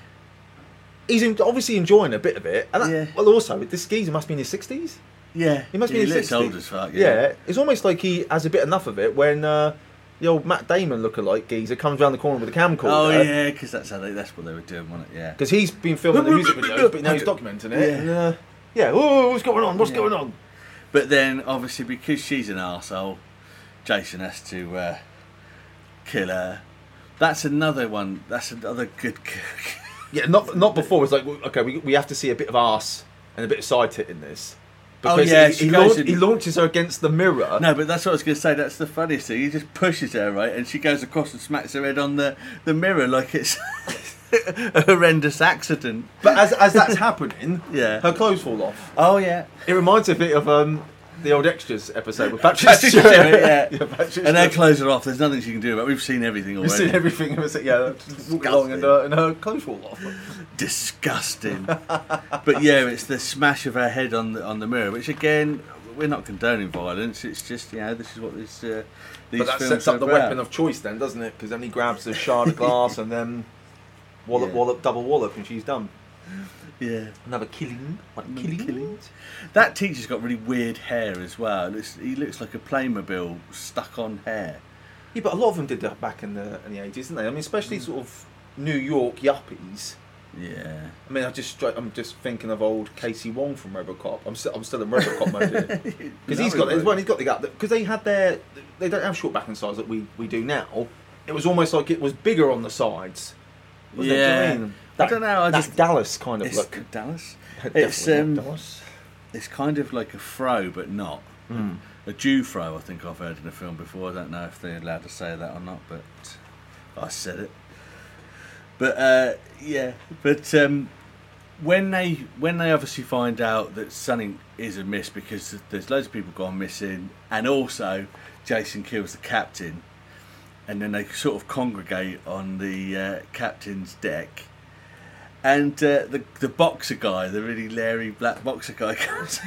Speaker 5: He's in, obviously enjoying a bit of it. And that,
Speaker 4: Yeah.
Speaker 5: well, also this geezer must be in his sixties.
Speaker 4: Yeah.
Speaker 5: He must be
Speaker 4: he
Speaker 5: in his
Speaker 4: looks
Speaker 5: sixties.
Speaker 4: old as fuck. Yeah.
Speaker 5: it's almost like he has a bit enough of it when. Uh, the old Matt Damon lookalike geezer comes round the corner with a camcorder.
Speaker 4: Oh, yeah, because that's how they, that's what they were doing, wasn't it? Yeah.
Speaker 5: Because he's been filming the music videos, but now he's documenting it.
Speaker 4: Yeah.
Speaker 5: Yeah. And, uh, yeah. Oh, what's going on? What's
Speaker 4: Yeah.
Speaker 5: going on?
Speaker 4: But then, obviously, because she's an arsehole, Jason has to uh, kill her. That's another one. That's another good.
Speaker 5: Yeah, not not before. It's like well, okay, we, we have to see a bit of ass and a bit of side tit in this.
Speaker 4: Oh,
Speaker 5: Because
Speaker 4: yeah,
Speaker 5: he,
Speaker 4: she
Speaker 5: he,
Speaker 4: goes
Speaker 5: launch-
Speaker 4: in-
Speaker 5: he launches her against the mirror.
Speaker 4: No, but that's what I was going to say. That's the funniest thing. He just pushes her right, and she goes across and smacks her head on the, the mirror like it's a horrendous accident.
Speaker 5: But as as that's happening,
Speaker 4: Yeah.
Speaker 5: her clothes fall off.
Speaker 4: Oh yeah,
Speaker 5: It reminds me a bit of um, the old extras episode with Patrick Stewart.
Speaker 4: yeah.
Speaker 5: Patrick
Speaker 4: and they
Speaker 5: Stewart.
Speaker 4: close it off. There's nothing she can do about. it. We've seen everything
Speaker 5: We've
Speaker 4: already.
Speaker 5: seen everything. We've seen- Yeah, walking along and her, and her clothes fall off.
Speaker 4: Disgusting. but yeah, it's the smash of her head on the on the mirror, which again, we're not condoning violence. It's just you know this is what this uh, these
Speaker 5: But that
Speaker 4: films
Speaker 5: sets
Speaker 4: are
Speaker 5: up the
Speaker 4: about.
Speaker 5: weapon of choice then, doesn't it? Because then he grabs the shard of glass and then wallop,
Speaker 4: Yeah.
Speaker 5: wallop, double wallop, and she's done.
Speaker 4: yeah.
Speaker 5: Another killing. What
Speaker 4: Another
Speaker 5: killing?
Speaker 4: Mm, killing. That teacher's got really weird hair as well. It's, he looks like a Playmobil stuck on hair.
Speaker 5: Yeah, but a lot of them did that back in the in the eighties, didn't they? I mean, especially
Speaker 4: Mm.
Speaker 5: sort of New York yuppies.
Speaker 4: Yeah.
Speaker 5: I mean, I just straight, I'm just thinking of old Casey Wong from RoboCop. I'm still I'm still in RoboCop mode here. because he's got well, he's got the gap because they had their they don't have short back and sides that we, we do now. It was almost like it was bigger on the sides. wasn't it? Do you know what
Speaker 4: Yeah.
Speaker 5: I, mean?
Speaker 4: I
Speaker 5: That-
Speaker 4: don't know, I
Speaker 5: that
Speaker 4: just-
Speaker 5: Dallas kind of
Speaker 4: It's
Speaker 5: look.
Speaker 4: Dallas.
Speaker 5: Definitely
Speaker 4: It's
Speaker 5: not
Speaker 4: um,
Speaker 5: Dallas.
Speaker 4: it's kind of like a fro, but not a Jew fro. I think I've heard in a film before. I don't know if they're allowed to say that or not, but I said it. But uh, yeah, but um, when they when they obviously find out that something is amiss because there's loads of people gone missing, and also Jason kills the captain, and then they sort of congregate on the uh, captain's deck. And uh, the the boxer guy, the really leery black boxer guy, comes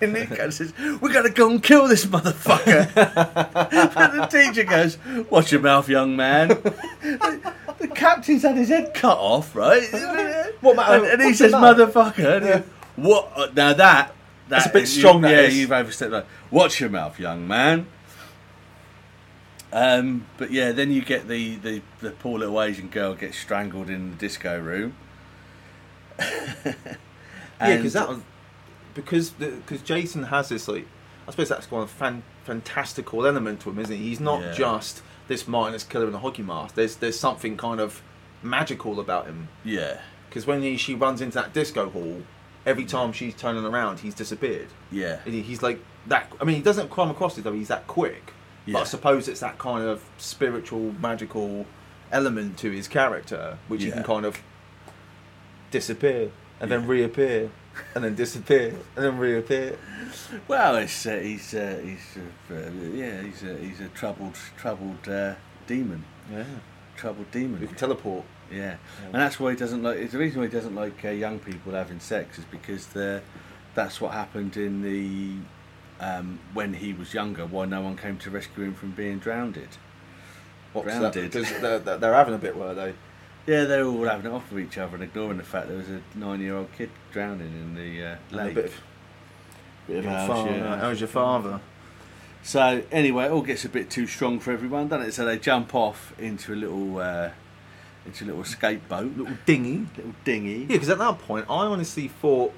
Speaker 4: in and goes, says, "We gotta go and kill this motherfucker." and the teacher goes, "Watch your mouth, young man." the, the captain's had his head cut off, right?
Speaker 5: What matter-
Speaker 4: and, and he
Speaker 5: what's
Speaker 4: says,
Speaker 5: the matter?
Speaker 4: "Motherfucker." and he-
Speaker 5: Yeah.
Speaker 4: What? uh, Now that
Speaker 5: That's
Speaker 4: that
Speaker 5: a bit
Speaker 4: is-
Speaker 5: strong, that
Speaker 4: yeah,
Speaker 5: is.
Speaker 4: you've overstepped. Like, Watch your mouth, young man. Um, but yeah, then you get the, the, the poor little Asian girl gets strangled in the disco room.
Speaker 5: Yeah,
Speaker 4: And-
Speaker 5: because that was because because Jason has this like I suppose that's one fan, fantastical element to him, isn't he? He's not
Speaker 4: Yeah.
Speaker 5: just this mindless killer in a hockey mask. There's there's something kind of magical about him
Speaker 4: Yeah,
Speaker 5: because when he, she runs into that disco hall, every time she's turning around, he's disappeared.
Speaker 4: yeah,
Speaker 5: And he- he's like that. I mean, he doesn't come across it though. He's that quick. But
Speaker 4: Yeah.
Speaker 5: I suppose it's that kind of spiritual, magical element to his character, which he
Speaker 4: Yeah.
Speaker 5: can kind of disappear and then reappear and then disappear and then reappear.
Speaker 4: Well, it's, uh, he's uh, he's uh, uh, yeah he's a, he's a troubled troubled uh, demon,
Speaker 5: Yeah.
Speaker 4: troubled
Speaker 5: We
Speaker 4: demon.
Speaker 5: can teleport.
Speaker 4: Yeah, and that's why he doesn't like. It's the reason why he doesn't like uh, young people having sex is because the that's what happened in the um, when he was younger. Why no one came to rescue him from being drowned?
Speaker 5: What's
Speaker 4: Grounded.
Speaker 5: that? Because they're, they're they're having a bit, were they?
Speaker 4: Yeah, they were all having it off with each other and ignoring the fact there was a nine-year-old kid drowning in the uh,
Speaker 5: And
Speaker 4: lake.
Speaker 5: A bit of,
Speaker 4: Bit of
Speaker 5: your
Speaker 4: house,
Speaker 5: father.
Speaker 4: yeah.
Speaker 5: How's your father?
Speaker 4: So anyway, it all gets a bit too strong for everyone, doesn't it? So they jump off into a little uh, into a little escape boat, little
Speaker 5: Dingy.
Speaker 4: little dinghy.
Speaker 5: Yeah, because at that point, I honestly thought,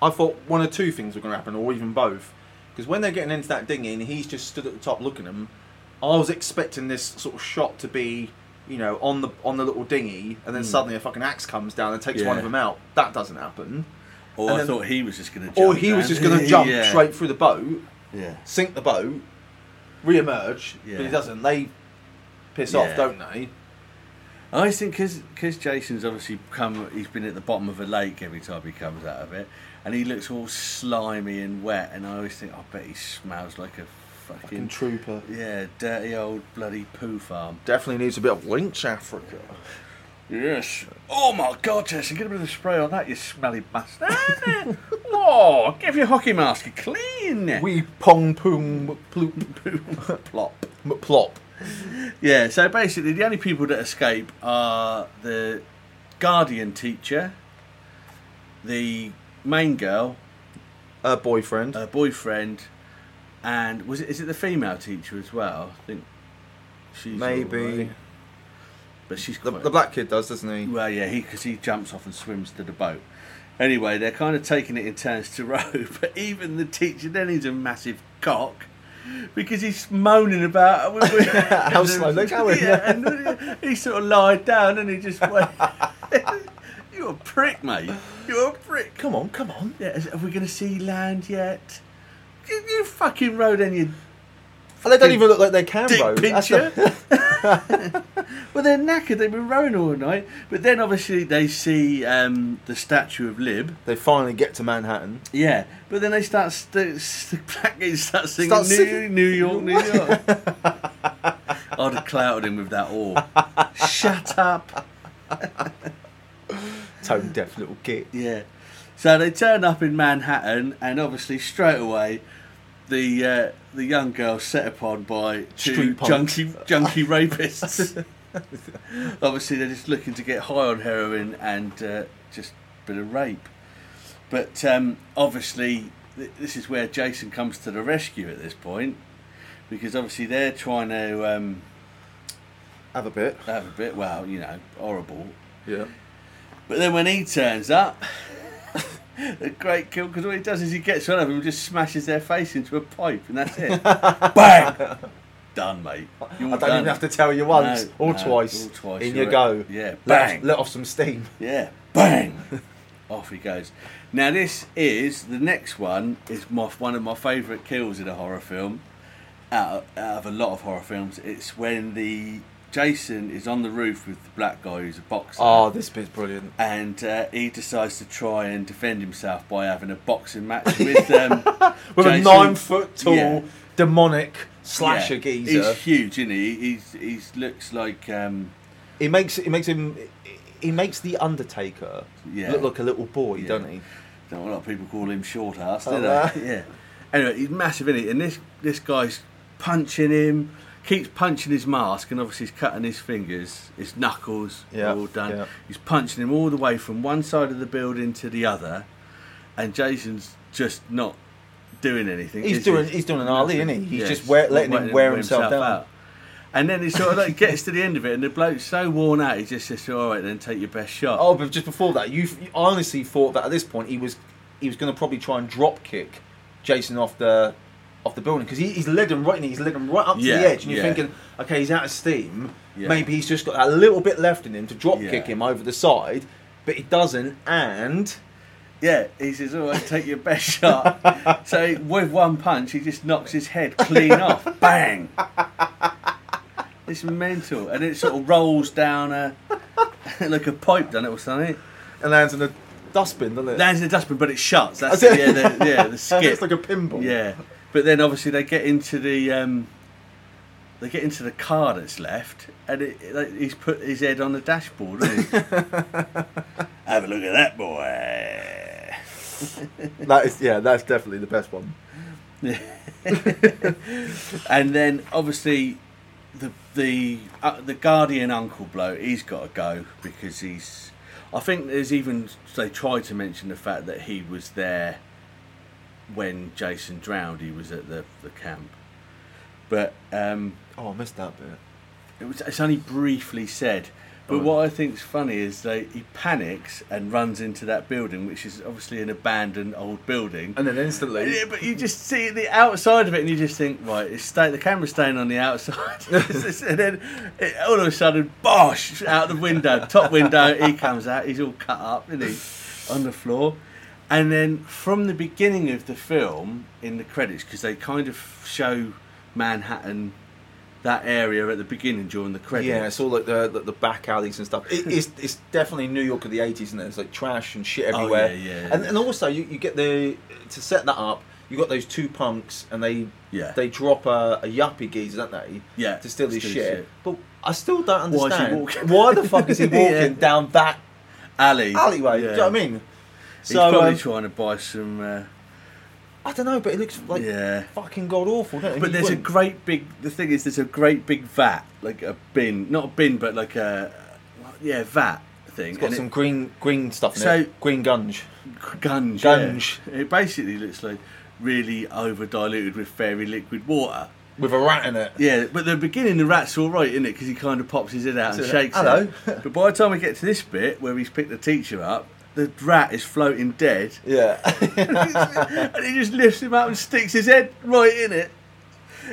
Speaker 5: I thought one or two things were going to happen, or even both. Because when they're getting into that dinghy and he's just stood at the top looking at them, I was expecting this sort of shot to be, you know, on the on the little dinghy, and then suddenly a fucking axe comes down and takes one of
Speaker 4: Hmm. Yeah.
Speaker 5: them out. That doesn't happen.
Speaker 4: Or
Speaker 5: and
Speaker 4: I
Speaker 5: then-
Speaker 4: thought he was just going to jump.
Speaker 5: Or he was
Speaker 4: down.
Speaker 5: just going to jump
Speaker 4: Yeah.
Speaker 5: straight through the boat,
Speaker 4: Yeah.
Speaker 5: sink the boat, re-emerge, but
Speaker 4: Yeah.
Speaker 5: he doesn't. They piss
Speaker 4: Yeah.
Speaker 5: off, don't they?
Speaker 4: I always think because Jason's obviously come, he's been at the bottom of a lake every time he comes out of it, and he looks all slimy and wet, and I always think, I bet he smells like a fucking,
Speaker 5: trooper.
Speaker 4: yeah, dirty old bloody poo farm.
Speaker 5: Definitely needs a bit of Lynch Africa.
Speaker 4: Yes. Oh my God, Jason, get a bit of spray on that, you smelly bastard. oh, give your hockey mask a clean.
Speaker 5: Wee pong poom ploop poom plop plop.
Speaker 4: Yeah, so basically, the only people that escape are the guardian teacher, the main girl,
Speaker 5: Her boyfriend.
Speaker 4: her boyfriend, and was it is it the female teacher as well? I think she's
Speaker 5: Maybe
Speaker 4: alright, but she's
Speaker 5: the,
Speaker 4: quite-
Speaker 5: the black kid does, doesn't he?
Speaker 4: Well, yeah, he because he jumps off and swims to the boat. Anyway, they're kind of taking it in turns to row, but even the teacher then he's a massive cock because he's moaning about uh, we- we-
Speaker 5: How slow they're going.
Speaker 4: Yeah, and he sort of lied down and he just went, "You're a prick, mate. You're a prick."
Speaker 5: Come on, come on.
Speaker 4: Yeah, is- are we going to see land yet? You, you fucking row then, you
Speaker 5: And they don't even look like they can row.
Speaker 4: dick
Speaker 5: That's
Speaker 4: pincher.
Speaker 5: the-
Speaker 4: Well, they're knackered. They've been rowing all night. But then obviously they see um, the statue of Lib.
Speaker 5: They finally get to Manhattan.
Speaker 4: Yeah. But then they start st- st- Blackgate starts singing
Speaker 5: Start
Speaker 4: New,
Speaker 5: singing-
Speaker 4: New York, New York. I'd have clouted him with that all. Shut up.
Speaker 5: Tone deaf little git.
Speaker 4: Yeah. So they turn up in Manhattan, and obviously straight away, the uh, the young girl set upon by two
Speaker 5: Street punks.
Speaker 4: junkie junkie rapists. obviously, they're just looking to get high on heroin and uh, just a bit of rape. But um, obviously, th- this is where Jason comes to the rescue at this point, because obviously they're trying to um,
Speaker 5: Have a bit.
Speaker 4: have a bit. Well, you know, horrible
Speaker 5: Yeah.
Speaker 4: but then when he turns up, a great kill because all he does is he gets one of them and just smashes their face into a pipe and that's it. Bang! Done, mate. You're
Speaker 5: I don't
Speaker 4: done.
Speaker 5: even have to tell you once
Speaker 4: No,
Speaker 5: or
Speaker 4: no,
Speaker 5: twice.
Speaker 4: or twice,
Speaker 5: In you
Speaker 4: you're
Speaker 5: go.
Speaker 4: right. Yeah,
Speaker 5: Let
Speaker 4: bang.
Speaker 5: off, let off some steam.
Speaker 4: Yeah, bang! Off he goes. Now this is the next one is my one of my favourite kills in a horror film. Out of, out of a lot of horror films, it's when the Jason is on the roof with the black guy who's a boxer
Speaker 5: Oh, this bit's brilliant.
Speaker 4: and uh, he decides to try and defend himself by having a boxing match with um,
Speaker 5: With a
Speaker 4: Jason.
Speaker 5: nine foot tall,
Speaker 4: Yeah.
Speaker 5: demonic slasher
Speaker 4: Yeah.
Speaker 5: geezer.
Speaker 4: He's huge, isn't he? He's he's looks like um,
Speaker 5: He makes it makes him he makes the Undertaker
Speaker 4: Yeah.
Speaker 5: look like a little boy,
Speaker 4: Yeah.
Speaker 5: doesn't he?
Speaker 4: don't know, a lot of people call him short ass, do
Speaker 5: Oh,
Speaker 4: they?
Speaker 5: right.
Speaker 4: Yeah. Anyway, he's massive, isn't he? And this this guy's punching him, keeps punching his mask, and obviously he's cutting his fingers, his knuckles,
Speaker 5: Yeah,
Speaker 4: all done.
Speaker 5: yeah.
Speaker 4: He's punching him all the way from one side of the building to the other, and Jason's just not doing anything.
Speaker 5: He's
Speaker 4: is
Speaker 5: doing
Speaker 4: he?
Speaker 5: he's doing an Ali, isn't he? He's
Speaker 4: Yeah,
Speaker 5: just wear, letting him wear himself, down.
Speaker 4: out. And then he sort of like gets to the end of it, and the bloke's so worn out, he just says, "All right, then take your best shot."
Speaker 5: Oh, but just before that, you you honestly thought that at this point he was he was going to probably try and drop kick Jason off the off the building because he, he's led him right in, he's led him right up
Speaker 4: Yeah,
Speaker 5: to the edge, and you're
Speaker 4: yeah.
Speaker 5: thinking, okay, he's out of steam.
Speaker 4: Yeah.
Speaker 5: Maybe he's just got a little bit left in him to drop
Speaker 4: Yeah.
Speaker 5: kick him over the side, but he doesn't, and
Speaker 4: yeah, he says, "All right, take your best shot." so with one punch, he just knocks his head clean off. Bang! It's mental, and it sort of rolls down a like a pipe, done it or something.
Speaker 5: and lands in a dustbin, doesn't it?
Speaker 4: Lands in the dustbin, but it shuts. That's,
Speaker 5: That's
Speaker 4: the,
Speaker 5: it.
Speaker 4: yeah, the, yeah, the skip.
Speaker 5: it's like a pinball.
Speaker 4: Yeah, but then obviously they get into the um, they get into the car that's left, and it, it- like, he's put his head on the dashboard. Hasn't he? Have a look at that boy.
Speaker 5: that is yeah, that's definitely the best one.
Speaker 4: And then obviously the the uh, the guardian uncle bloke, he's got to go because he's. I think there's even they tried to mention the fact that he was there when Jason drowned. He was at the the camp, but. Um,
Speaker 5: Oh, I missed that bit.
Speaker 4: It was, it's only briefly said.
Speaker 5: Oh.
Speaker 4: But what I think's funny is that he panics and runs into that building, which is obviously an abandoned old building.
Speaker 5: And then instantly,
Speaker 4: yeah, but you just see the outside of it, and you just think, right, it's stay, the camera's staying on the outside, and then it, all of a sudden, bosh! Out the window, top window, he comes out. He's all cut up, isn't he, on the floor? And then from the beginning of the film, in the credits, because they kind of show Manhattan, that area at the beginning during the credits.
Speaker 5: Yeah, it's all like the the, the back alleys and stuff. It, it's it's definitely New York of the eighties, and there's like trash and shit
Speaker 4: Oh,
Speaker 5: everywhere.
Speaker 4: yeah, yeah,
Speaker 5: And
Speaker 4: yeah.
Speaker 5: and also you, you get the to set that up. You got those two punks, and they
Speaker 4: Yeah.
Speaker 5: they drop a, a yuppie geezer, don't they?
Speaker 4: Yeah,
Speaker 5: to steal his
Speaker 4: steal
Speaker 5: shit.
Speaker 4: his shit.
Speaker 5: But I still don't
Speaker 4: is he
Speaker 5: understand
Speaker 4: walking?
Speaker 5: why the fuck is he walking
Speaker 4: Yeah.
Speaker 5: down that
Speaker 4: alley.
Speaker 5: alleyway? Do you know what I
Speaker 4: Yeah.
Speaker 5: mean?
Speaker 4: He's probably
Speaker 5: um,
Speaker 4: trying to buy some. Uh,
Speaker 5: I don't know, but it looks like
Speaker 4: yeah.
Speaker 5: fucking god awful, don't it?
Speaker 4: But
Speaker 5: You
Speaker 4: there's
Speaker 5: wouldn't-
Speaker 4: a great big. The thing is, there's a great big vat, like a bin, not a bin, but like a what- yeah vat thing.
Speaker 5: it's got
Speaker 4: and
Speaker 5: some green green stuff in
Speaker 4: So-
Speaker 5: it, green gunge.
Speaker 4: it, gunge.
Speaker 5: gunge.
Speaker 4: yeah. It basically looks like really over diluted with fairy liquid water.
Speaker 5: With a rat in it.
Speaker 4: Yeah, but the beginning, the rat's all right, isn't it? Because he kind of pops his head out and
Speaker 5: it.
Speaker 4: shakes
Speaker 5: Hello.
Speaker 4: it. But by the time we get to this bit where he's picked the teacher up, the rat is floating dead,
Speaker 5: Yeah.
Speaker 4: and he just lifts him up and sticks his head right in it,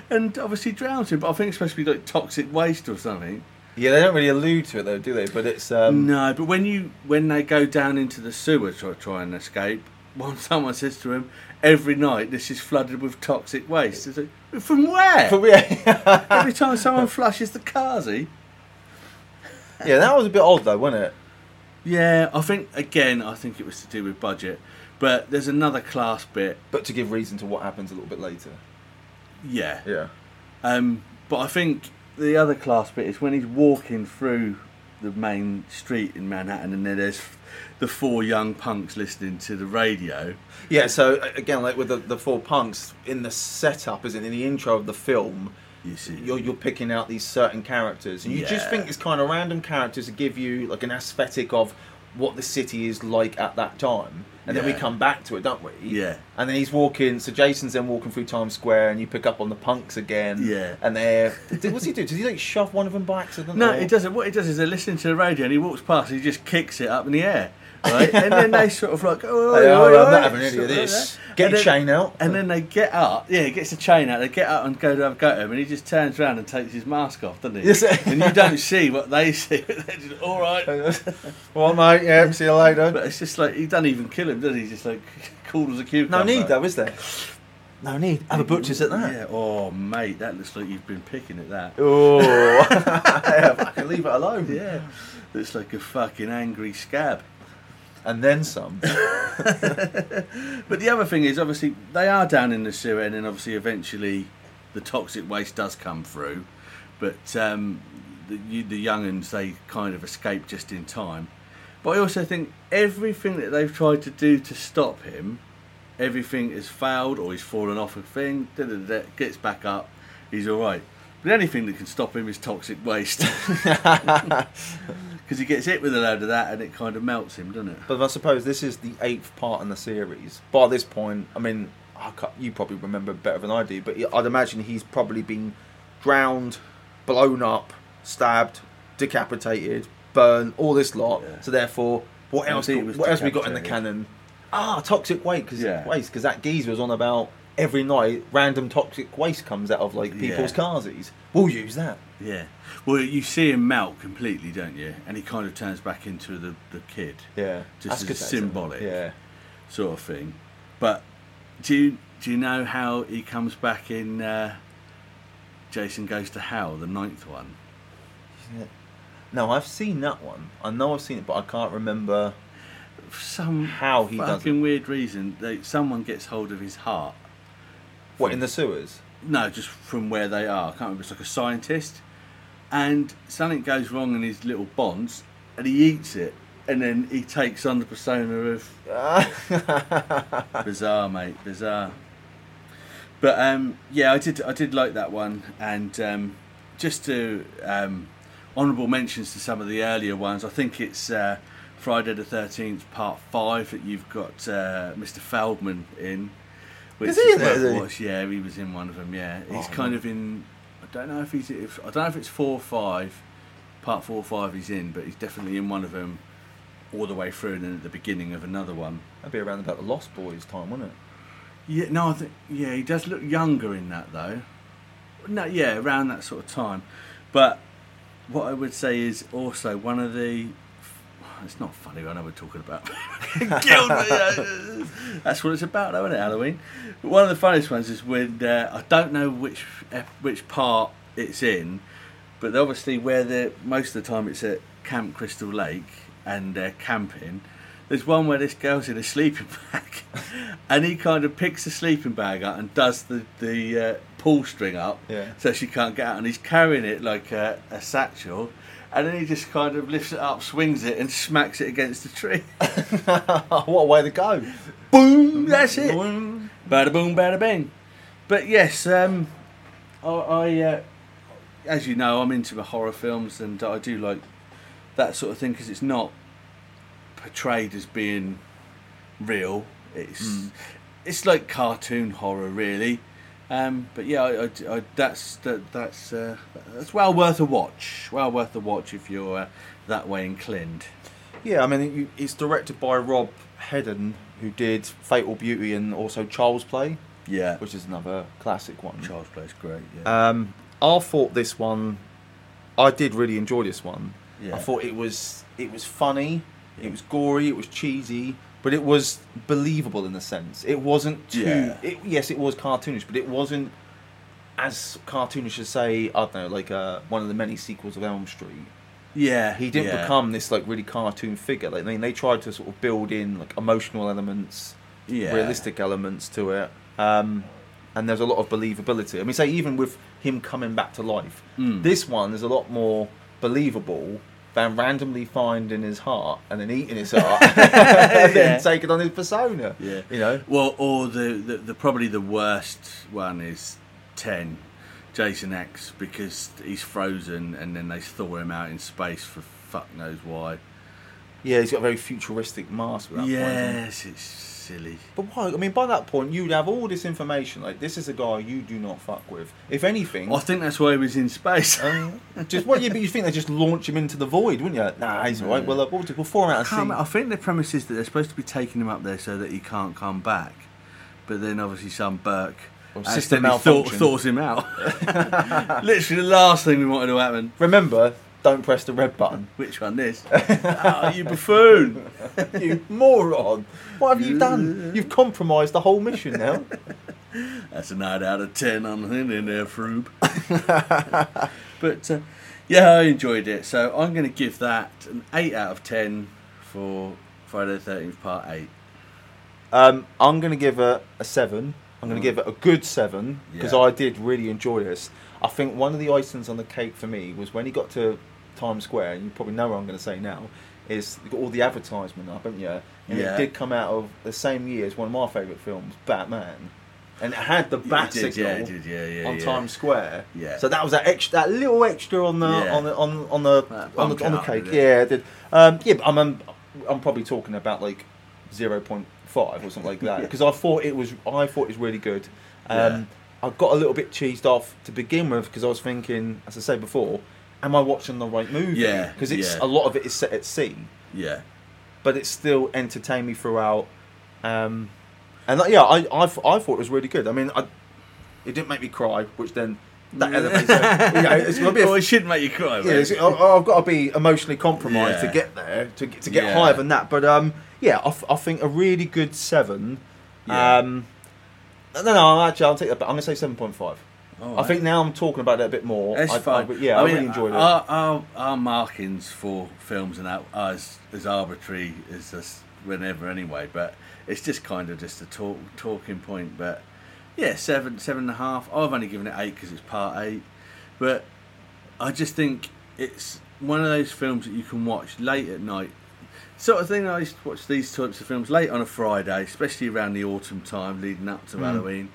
Speaker 4: and obviously drowns him. But I think it's supposed to be like toxic waste or something.
Speaker 5: Yeah, they don't really allude to it though, do they? But it's um,
Speaker 4: No, but when you when they go down into the sewer to try and escape, one someone says to him, "Every night this is flooded with toxic waste." It's like, From where?
Speaker 5: But we-
Speaker 4: eh? Every time someone flushes the Kazi.
Speaker 5: yeah, that was a bit odd though, wasn't it?
Speaker 4: Yeah, I think again, I think it was to do with budget. But there's another class bit,
Speaker 5: But to give reason to what happens a little bit later.
Speaker 4: yeah.
Speaker 5: Yeah.
Speaker 4: Um, but I think the other class bit is when he's walking through the main street in Manhattan, and then there's the four young punks listening to the radio.
Speaker 5: Yeah, so a- again, like with the, the four punks in the setup, as in, in the intro of the film,
Speaker 4: You see,
Speaker 5: you're, you're picking out these certain characters, and you just
Speaker 4: Yeah.
Speaker 5: think it's kind of random characters to give you like an aesthetic of what the city is like at that time, and then we
Speaker 4: Yeah.
Speaker 5: come back to it, don't we?
Speaker 4: Yeah.
Speaker 5: And then he's walking. So Jason's then walking through Times Square, and you pick up on the punks again.
Speaker 4: Yeah.
Speaker 5: And they're did- what's he do? Does he like shove one of them by accident?
Speaker 4: No,
Speaker 5: or-
Speaker 4: it doesn't. What it does is they're listening to the radio and he walks past and he just kicks it up in the air. Right? and then they sort of like, oh,
Speaker 5: Hey,
Speaker 4: oi,
Speaker 5: all
Speaker 4: oi,
Speaker 5: right, I'm
Speaker 4: oi,"
Speaker 5: not having any of
Speaker 4: sort
Speaker 5: this.
Speaker 4: that.
Speaker 5: Get
Speaker 4: And
Speaker 5: the
Speaker 4: then-
Speaker 5: chain out.
Speaker 4: And then they get up. Yeah, he gets the chain out. They get up and go to have a go at him and he just turns around and takes his mask off, doesn't he?
Speaker 5: Yes.
Speaker 4: and you don't see what they see. they're just, all right.
Speaker 5: well, mate, yeah, see you later.
Speaker 4: But it's just like, he doesn't even kill him, does he? He's just like, cool as a cucumber.
Speaker 5: No need though, is there? No need. Other butchers at that.
Speaker 4: Yeah. Oh, mate, that looks like you've been picking at that.
Speaker 5: Oh, yeah, fucking leave it alone.
Speaker 4: Yeah. Looks like a fucking angry scab.
Speaker 5: And then some.
Speaker 4: But the other thing is, obviously, they are down in the sewer, and then obviously, eventually, the toxic waste does come through. But um, the, you, the younguns, they kind of escape just in time. But I also think everything that they've tried to do to stop him, everything has failed, or he's fallen off a thing, da, da, da, da, gets back up, he's all right. But the only thing that can stop him is toxic waste. Because he gets hit with a load of that and it kind of melts him, doesn't it?
Speaker 5: But I suppose this is the eighth part in the series. By this point, I mean, I can't- you probably remember better than I do, but I'd imagine he's probably been drowned, blown up, stabbed, decapitated, burned, all this lot.
Speaker 4: Yeah.
Speaker 5: So therefore, what
Speaker 4: I
Speaker 5: else?
Speaker 4: think it
Speaker 5: Got,
Speaker 4: was
Speaker 5: what else we got in the
Speaker 4: decapitated.
Speaker 5: canon? Ah, toxic waste. Cause
Speaker 4: Yeah.
Speaker 5: waste because that geezer was on about every night. Random toxic waste comes out of like people's
Speaker 4: Yeah.
Speaker 5: carsies. We'll use that.
Speaker 4: Yeah. Well, you see him melt completely, don't you? And he kind of turns back into the, the kid.
Speaker 5: Yeah,
Speaker 4: Just as
Speaker 5: though, isn't it?
Speaker 4: symbolic.
Speaker 5: Yeah.
Speaker 4: Sort of thing. But do you, do you know how he comes back in uh, Jason Goes to Hell, the ninth one?
Speaker 5: No, I've seen that one. I know I've seen it, but I can't remember.
Speaker 4: For some
Speaker 5: How he does
Speaker 4: fucking
Speaker 5: it.
Speaker 4: weird reason, they, someone gets hold of his heart.
Speaker 5: What in the sewers?
Speaker 4: No, just from where they are. I can't remember. It's like a scientist. And something goes wrong in his little bonds, and he eats it. And then he takes on the persona of bizarre, mate, bizarre. But um, yeah, I did, I did like that one, and um, just to um, honourable mentions to some of the earlier ones. I think it's uh, Friday the Thirteenth Part Five that you've got uh, Mr. Feldman in. Which
Speaker 5: Is he in
Speaker 4: worth
Speaker 5: it, is he?
Speaker 4: watch. Yeah, he was in one of them. Yeah, he's kind of in. I don't know if he's. If, I don't know if it's four or five. Part four or five he's in, but he's definitely in one of them, all the way through, and then at the beginning of another one.
Speaker 5: That'd be around about the Lost Boys time, wouldn't it?
Speaker 4: Yeah, no, I think yeah, he does look younger in that though. No, yeah, around that sort of time. But what I would say is also one of the. It's not funny. I know we're talking about. Killed me. That's what it's about, though, isn't it? Halloween. But one of the funniest ones is when uh, I don't know which ep- which part it's in, but obviously where the most of the time it's at Camp Crystal Lake and they're camping. There's one where this girl's in a sleeping bag, and he kind of picks the sleeping bag up and does the the uh, pull string up,
Speaker 5: Yeah.
Speaker 4: so she can't get out, and he's carrying it like a, a satchel, and then he just kind of lifts it up, swings it, and smacks it against the tree.
Speaker 5: what a way to go!
Speaker 4: boom! That's it.
Speaker 5: Boing.
Speaker 4: Bada boom, bada bing. But yes, um, I, I uh, as you know, I'm into the horror films, and I do like that sort of thing because it's not portrayed as being real. It's
Speaker 5: Hmm.
Speaker 4: it's like cartoon horror, really. Um, but yeah, I, I- I- that's that, that's uh, that's well worth a watch. Well worth a watch if you're uh, that way inclined.
Speaker 5: Yeah, I mean, it, you- it's directed by Rob Hedden, who did Fatal Beauty and also Charles Play,
Speaker 4: Yeah,
Speaker 5: which is another classic one.
Speaker 4: Charles plays great. Yeah.
Speaker 5: Um, I thought this one, I did really enjoy this one.
Speaker 4: Yeah.
Speaker 5: I thought it was it was funny, it was gory, it was cheesy, but it was believable in a sense. It wasn't too.
Speaker 4: Yeah.
Speaker 5: It, yes, it was cartoonish, but it wasn't as cartoonish as say I don't know, like uh, one of the many sequels of Elm Street,
Speaker 4: Yeah,
Speaker 5: he didn't
Speaker 4: yeah.
Speaker 5: become this like really cartoon figure. Like I mean, they tried to sort of build in like emotional elements,
Speaker 4: Yeah.
Speaker 5: realistic elements to it, um, and there's a lot of believability. I mean, say even with him coming back to life,
Speaker 4: Hmm.
Speaker 5: this one is a lot more believable than randomly finding his heart and then eating his heart and then taking on his persona.
Speaker 4: Yeah,
Speaker 5: you know.
Speaker 4: Well, or the, the, the probably the worst one is ten, Jason X, because he's frozen and then they thaw him out in space for fuck knows why.
Speaker 5: Yeah, he's got a very futuristic mask. at that point, hasn't he?
Speaker 4: yes, it's silly.
Speaker 5: But why? I mean, by that point, you'd have all this information. Like, this is a guy you do not fuck with. If anything,
Speaker 4: I think that's why he was in space.
Speaker 5: um, just what you you think they just launch him into the void, wouldn't you? Nah, he's all right. Well, uh, what would you? We'll throw him out of sea.
Speaker 4: Can't- I think the premise is that they're supposed to be taking him up there so that he can't come back, but then obviously some Burke
Speaker 5: Well, system
Speaker 4: accidentally thaw-
Speaker 5: malfunction.
Speaker 4: thaws him out. Literally the last thing we wanted to happen.
Speaker 5: Remember, don't press the red button.
Speaker 4: Which one? This? Ah, you buffoon!
Speaker 5: you moron! What have you done? You've compromised the whole mission now.
Speaker 4: That's a nine out of ten on the in there, Froob. but uh, yeah, I enjoyed it. So I'm going to give that an eight out of ten for Friday the Thirteenth Part Eight.
Speaker 5: Um, I'm going to give it a seven. I'm going to give it a good seven because
Speaker 4: Mm. Yeah.
Speaker 5: I did really enjoy this. I think one of the icings on the cake for me was when he got to Times Square, and you probably know what I'm going to say now, is you got all the advertisement up, haven't you? And
Speaker 4: Yeah.
Speaker 5: it did come out of the same year as one of my favourite films, Batman. And it had the bat
Speaker 4: It did,
Speaker 5: signal
Speaker 4: yeah, it did, yeah, yeah,
Speaker 5: on
Speaker 4: yeah.
Speaker 5: Times Square.
Speaker 4: Yeah.
Speaker 5: So that was that extra, that little extra on the
Speaker 4: Yeah.
Speaker 5: on the on, on the
Speaker 4: That
Speaker 5: on
Speaker 4: bumped
Speaker 5: the,
Speaker 4: it
Speaker 5: on the
Speaker 4: up,
Speaker 5: cake.
Speaker 4: didn't it?
Speaker 5: Yeah, I did. Um, yeah, but I'm, I'm I'm probably talking about like 0.5 or something like that because I thought it was I thought it was really good. Um, I got a little bit cheesed off to begin with because I was thinking, as I said before, am I watching the right movie?
Speaker 4: Yeah,
Speaker 5: because it's
Speaker 4: yeah.
Speaker 5: a lot of it is set at sea,
Speaker 4: Yeah,
Speaker 5: but it still entertained me throughout. Um, and like, yeah, I, I th- I thought it was really good. I mean, I, it didn't make me cry, which then that elevates it. You know, it's gonna be a
Speaker 4: well, Oh, it should make you cry.
Speaker 5: yeah,
Speaker 4: mate.
Speaker 5: it's- I- I've got to be emotionally compromised
Speaker 4: Yeah.
Speaker 5: to get there, to get, to get
Speaker 4: Yeah.
Speaker 5: higher than that. But um, yeah, I, th- I think a really good seven.
Speaker 4: Yeah.
Speaker 5: Um, no, no, actually, I'll take that. But I'm gonna say seven point five. I
Speaker 4: Alright.
Speaker 5: think now I'm talking about it a bit more.
Speaker 4: It's
Speaker 5: I,
Speaker 4: fine.
Speaker 5: I- yeah, I,
Speaker 4: mean, uh,
Speaker 5: really enjoyed it.
Speaker 4: Our, our, our markings for films and that are as, as arbitrary as us whenever anyway, but it's just kind of just a talk, talking point. But yeah, seven, seven and a half. I've only given it eight because it's part eight, but I just think it's one of those films that you can watch late at night. Sort of thing I used to watch these types of films late on a Friday, especially around the autumn time leading up to Halloween,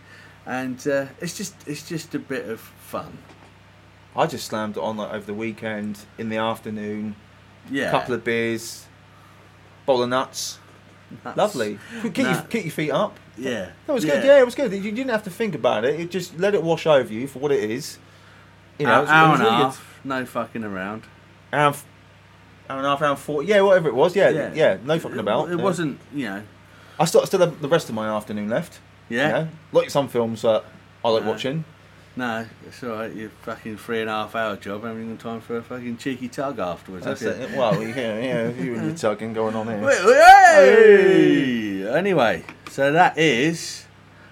Speaker 4: and uh, it's just it's just a bit of fun.
Speaker 5: I just slammed it on like over the weekend in the afternoon.
Speaker 4: Yeah,
Speaker 5: A couple of beers, bowl of nuts. Lovely. Keep, your,
Speaker 4: Nut.
Speaker 5: keep your feet up.
Speaker 4: Yeah.
Speaker 5: That was good. Yeah, it was good. You didn't have to think about it. You just let it wash over you for what it is. You know, it
Speaker 4: Hour,
Speaker 5: was- it
Speaker 4: hour
Speaker 5: was
Speaker 4: and a
Speaker 5: really good.
Speaker 4: half. No fucking around.
Speaker 5: hour, and f- hour and a half, hour and forty, yeah, whatever it was, yeah, yeah, no fucking
Speaker 4: It-
Speaker 5: about.
Speaker 4: It,
Speaker 5: yeah.
Speaker 4: wasn't, you know.
Speaker 5: I still, I still have the rest of my afternoon left.
Speaker 4: Yeah.
Speaker 5: you know? like some films that I like
Speaker 4: No.
Speaker 5: watching.
Speaker 4: No, it's all right. Your fucking three and a half hour job, having time for a fucking cheeky tug afterwards.
Speaker 5: That's
Speaker 4: have you?
Speaker 5: it. Well, you know, you, know, you and your tugging going on here.
Speaker 4: Wait, wait, hey! Anyway, so that is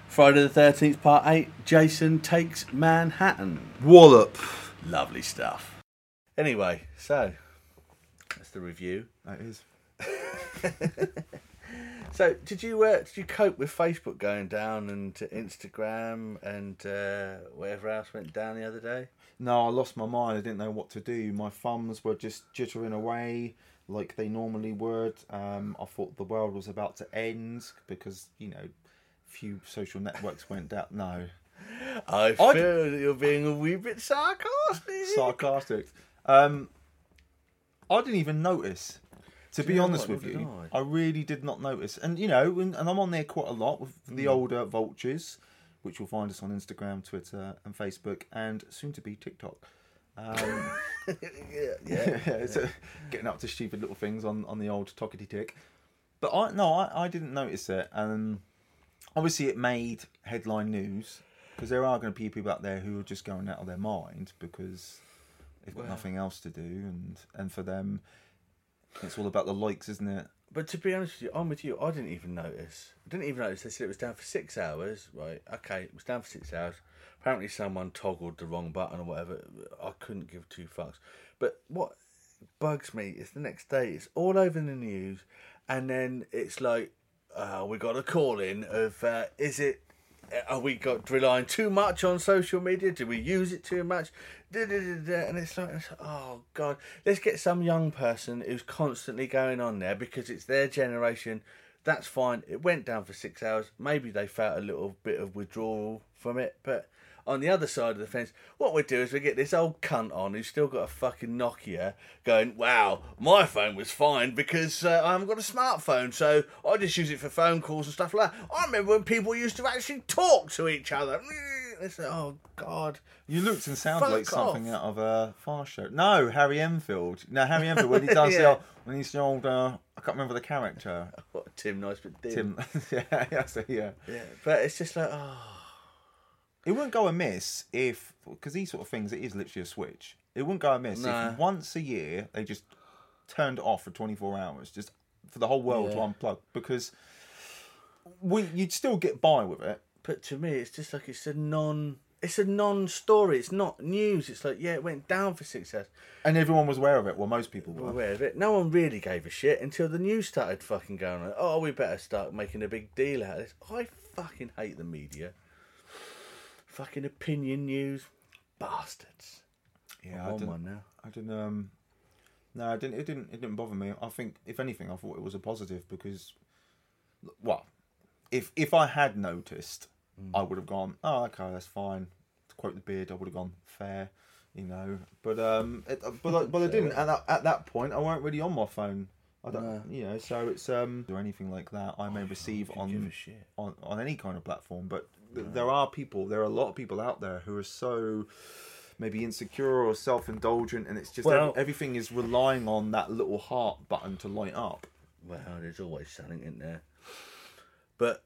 Speaker 4: Friday the Thirteenth Part Eight. Jason takes Manhattan.
Speaker 5: Wallop.
Speaker 4: Lovely stuff. Anyway, so that's the review.
Speaker 5: That is.
Speaker 4: So, did you uh, did you cope with Facebook going down and to Instagram and uh, whatever else went down the other day?
Speaker 5: No, I lost my mind. I didn't know what to do. My thumbs were just jittering away like they normally would. Um, I thought the world was about to end because you know, few social networks went down. No,
Speaker 4: I feel
Speaker 5: I'd-
Speaker 4: that you're being a wee bit sarcastic.
Speaker 5: sarcastic. Um, I didn't even notice. To be
Speaker 4: you know
Speaker 5: honest
Speaker 4: what?
Speaker 5: with
Speaker 4: Neither
Speaker 5: you,
Speaker 4: did
Speaker 5: I. really did not notice. And you know, and, and I'm on there quite a lot with the
Speaker 4: Hmm.
Speaker 5: older vultures, which you'll find us on Instagram, Twitter, and Facebook, and soon to be TikTok. Um, yeah, so getting up to stupid little things on, on the old tockety tick. But I no, I, I didn't notice it. Um, obviously, it made headline news because there are going to be people out there who are just going out of their mind because they've got nothing else to do, and and for them, it's all about the likes, isn't it?
Speaker 4: But to be honest with you, I'm with you. I didn't even notice. I didn't even notice. They said it was down for six hours. Right? Okay, it was down for six hours. Apparently, someone toggled the wrong button or whatever. I couldn't give two fucks. But what bugs me is the next day it's all over the news, and then it's like, uh, we got a call in of uh, is it. uh, Are we got relying too much on social media? Do we use it too much? Da, da, da, da. And it's like, it's like, oh god, let's get some young person who's constantly going on there because it's their generation. That's fine. It went down for six hours. Maybe they felt a little bit of withdrawal from it, but on the other side of the fence, what we do is we get this old cunt on who's still got a fucking Nokia going, wow, my phone was fine because uh, I haven't got a smartphone, so I just use it for phone calls and stuff like that. I remember when people used to actually talk to each other. It's like, oh, God.
Speaker 5: You looked and sounded
Speaker 4: Fuck
Speaker 5: like something
Speaker 4: off.
Speaker 5: out of a far show. No, Harry Enfield. No, Harry Enfield when he does
Speaker 4: Yeah.
Speaker 5: the old, when he's the old. Uh, I can't remember the character.
Speaker 4: What, Tim Nice, but Tim.
Speaker 5: Tim. yeah, yeah, so, yeah.
Speaker 4: Yeah, but it's just like, oh,
Speaker 5: It wouldn't go amiss if because these sort of things it is literally a switch. It wouldn't go amiss
Speaker 4: No.
Speaker 5: if once a year they just turned it off for 24 hours, just for the whole world to
Speaker 4: Yeah.
Speaker 5: unplug because we you'd still get by with it.
Speaker 4: but to me it's just like it's a non it's a non-story it's not news it's like yeah it went down for six hours
Speaker 5: And everyone was aware of it. Well, most people
Speaker 4: were
Speaker 5: were.
Speaker 4: aware of it. No one really gave a shit until the news started fucking going on. Oh, we better start making a big deal out of this. I fucking hate the media. Fucking opinion news. Bastards.
Speaker 5: Yeah,
Speaker 4: I'm
Speaker 5: I
Speaker 4: on
Speaker 5: didn't,
Speaker 4: one now.
Speaker 5: I didn't. Um, no, I didn't. It didn't. It didn't bother me. I think, if anything, I thought it was a positive because, well, if if I had noticed,
Speaker 4: Hmm.
Speaker 5: I would have gone. Oh, okay, that's fine. To quote the beard, I would have gone fair, you know. But um, it, but I, but I didn't. And at, at that point, I weren't really on my phone. I don't, you know. So it's um or anything like that. I may receive on
Speaker 4: give Oh, a shit.
Speaker 5: on on any kind of platform, but th- there are people. There are a lot of people out there who are so maybe insecure or self-indulgent and it's just
Speaker 4: Well-
Speaker 5: ev- everything is relying on that little heart button to light up
Speaker 4: Well, there's always something in there. But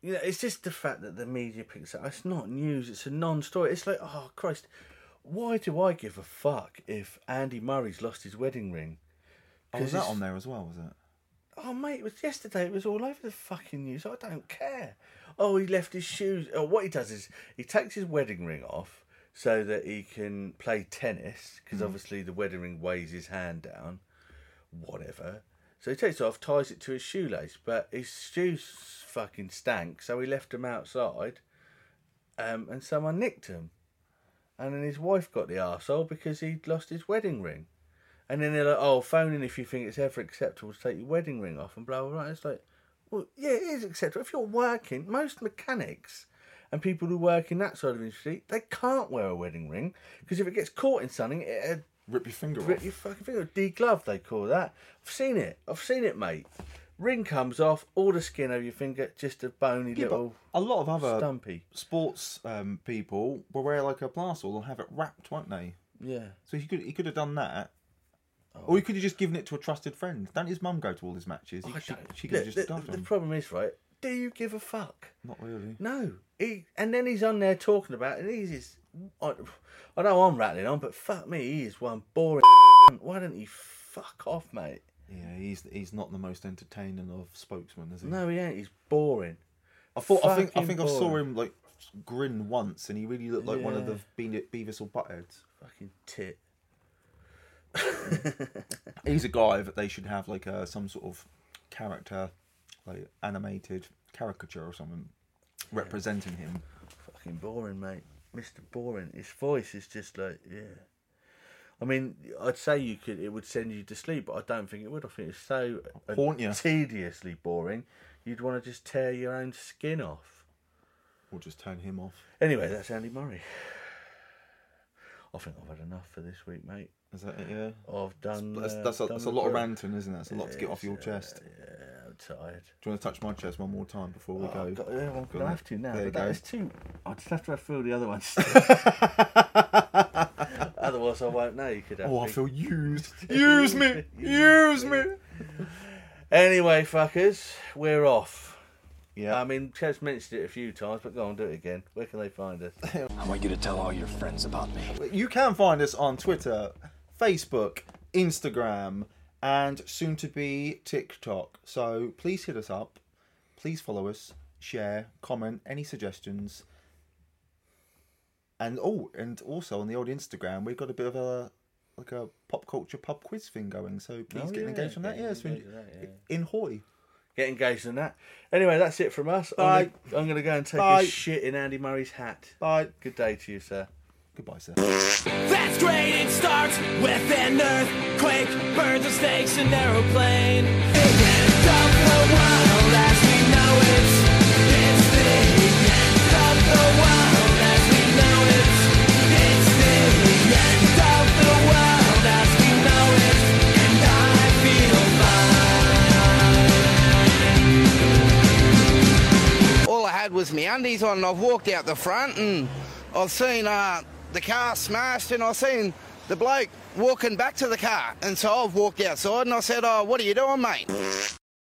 Speaker 4: you know, it's just the fact that the media picks it up. It's not news. It's a non-story. It's like, oh Christ, why do I give a fuck if Andy Murray's lost his wedding ring?
Speaker 5: oh, was
Speaker 4: 'Cause
Speaker 5: that
Speaker 4: it's-
Speaker 5: on there as well was it
Speaker 4: Oh mate, it was yesterday. It was all over the fucking news. I don't care. Oh, he left his shoes. Oh, what he does is he takes his wedding ring off so that he can play tennis because obviously the wedding ring weighs his hand down. Whatever. So he takes it off, ties it to his shoelace, but his shoes fucking stank, so he left them outside, um, and someone nicked them. And then his wife got the arsehole because he'd lost his wedding ring. And then they're like, oh, phone in if you think it's ever acceptable to take your wedding ring off and blah, blah, blah. It's like, well, yeah, it is acceptable. If you're working, most mechanics and people who work in that sort of industry, they can't wear a wedding ring because if it gets caught in something, it
Speaker 5: rip your finger
Speaker 4: rip
Speaker 5: off
Speaker 4: your fucking finger. Deglove, they call that. I've seen it. I've seen it, mate. Ring comes off, all the skin over your finger, just a bony
Speaker 5: Yeah, but uh,
Speaker 4: little
Speaker 5: a lot of other
Speaker 4: stumpy.
Speaker 5: sports um, people will wear like a plaster or have it wrapped won't they
Speaker 4: Yeah.
Speaker 5: so he could he could have done that Or he
Speaker 4: Oh.
Speaker 5: could have just given it to a trusted friend. Don't his mum go to all his matches? He-
Speaker 4: I
Speaker 5: she
Speaker 4: don't-
Speaker 5: she could have
Speaker 4: Look,
Speaker 5: just looked
Speaker 4: Oh, the-
Speaker 5: after
Speaker 4: the
Speaker 5: him.
Speaker 4: problem is, right, do you give a fuck?
Speaker 5: Not really.
Speaker 4: No, he and then he's on there talking about, and he's his. I, I know I'm rattling on, but fuck me, he is one boring. Why don't you fuck off, mate?
Speaker 5: Yeah, he's he's not the most entertaining of spokesmen, is he?
Speaker 4: No, he ain't. He's boring.
Speaker 5: I thought I think I
Speaker 4: Fucking
Speaker 5: think I saw
Speaker 4: boring.
Speaker 5: him like grin once, and he really looked like one of
Speaker 4: Yeah.
Speaker 5: the Be- Beavis or Buttheads.
Speaker 4: Fucking tit.
Speaker 5: he's a guy that they should have like a, some sort of character, like animated caricature or something, representing him.
Speaker 4: Fucking boring, mate. Mr. Boring. His voice is just like, yeah. I mean, I'd say you could. It would send you to sleep, but I don't think it would. I think it's so uh,
Speaker 5: Haunt ya.
Speaker 4: tediously boring. You'd want to just tear your own skin off.
Speaker 5: Or just turn him off.
Speaker 4: Anyway, that's Andy Murray. I think I've had enough for this week, mate.
Speaker 5: Is that it? Yeah.
Speaker 4: I've done.
Speaker 5: That's,
Speaker 4: uh,
Speaker 5: that's, a,
Speaker 4: done
Speaker 5: that's
Speaker 4: the
Speaker 5: a lot of
Speaker 4: grill.
Speaker 5: ranting, isn't it? It's a lot to get off your chest.
Speaker 4: Yeah, I'm tired.
Speaker 5: Do you want to touch my chest one more time before we
Speaker 4: Oh,
Speaker 5: go?
Speaker 4: I've got, yeah, I'm
Speaker 5: Go
Speaker 4: gonna
Speaker 5: on.
Speaker 4: have to now.
Speaker 5: There you
Speaker 4: But that
Speaker 5: go.
Speaker 4: is too. I just have to have feel the other ones. Otherwise, I won't know. You could have.
Speaker 5: Oh, I
Speaker 4: me.
Speaker 5: feel used. Use me. Use me.
Speaker 4: Anyway, fuckers, we're off.
Speaker 5: Yeah.
Speaker 4: I mean, Chad's mentioned it a few times, but go on, do it again. Where can they find us?
Speaker 8: I want you to tell all your friends about me.
Speaker 5: You can find us on Twitter, Facebook, Instagram, and soon to be TikTok. So please hit us up. Please follow us, share, comment, any suggestions. And oh, and also on the old Instagram, we've got a bit of a like a pop culture pub quiz thing going. So please
Speaker 7: Oh,
Speaker 5: get
Speaker 7: yeah,
Speaker 5: engaged on that.
Speaker 7: get
Speaker 5: Yeah, so
Speaker 7: engaged on that, yeah.
Speaker 5: in Hoy.
Speaker 7: Get engaged in that. Anyway, that's it from us. I'm
Speaker 5: Bye.
Speaker 7: gonna- I'm going to go and take
Speaker 5: Bye.
Speaker 7: a shit in Andy Murray's hat.
Speaker 5: Bye.
Speaker 7: Good day to you, sir.
Speaker 5: Goodbye, sir.
Speaker 9: That's great, it starts with an earthquake, birds of snakes, an aeroplane. It went up the world as we know it. It's the end of the world as we know it. It's the end of the world as we know it. And I feel
Speaker 10: all I had was my undies on, and I've walked out the front, and I've seen uh, the car smashed, and I've seen the bloke walking back to the car, and so I've walked outside, and I said, "Oh, what are you doing, mate?"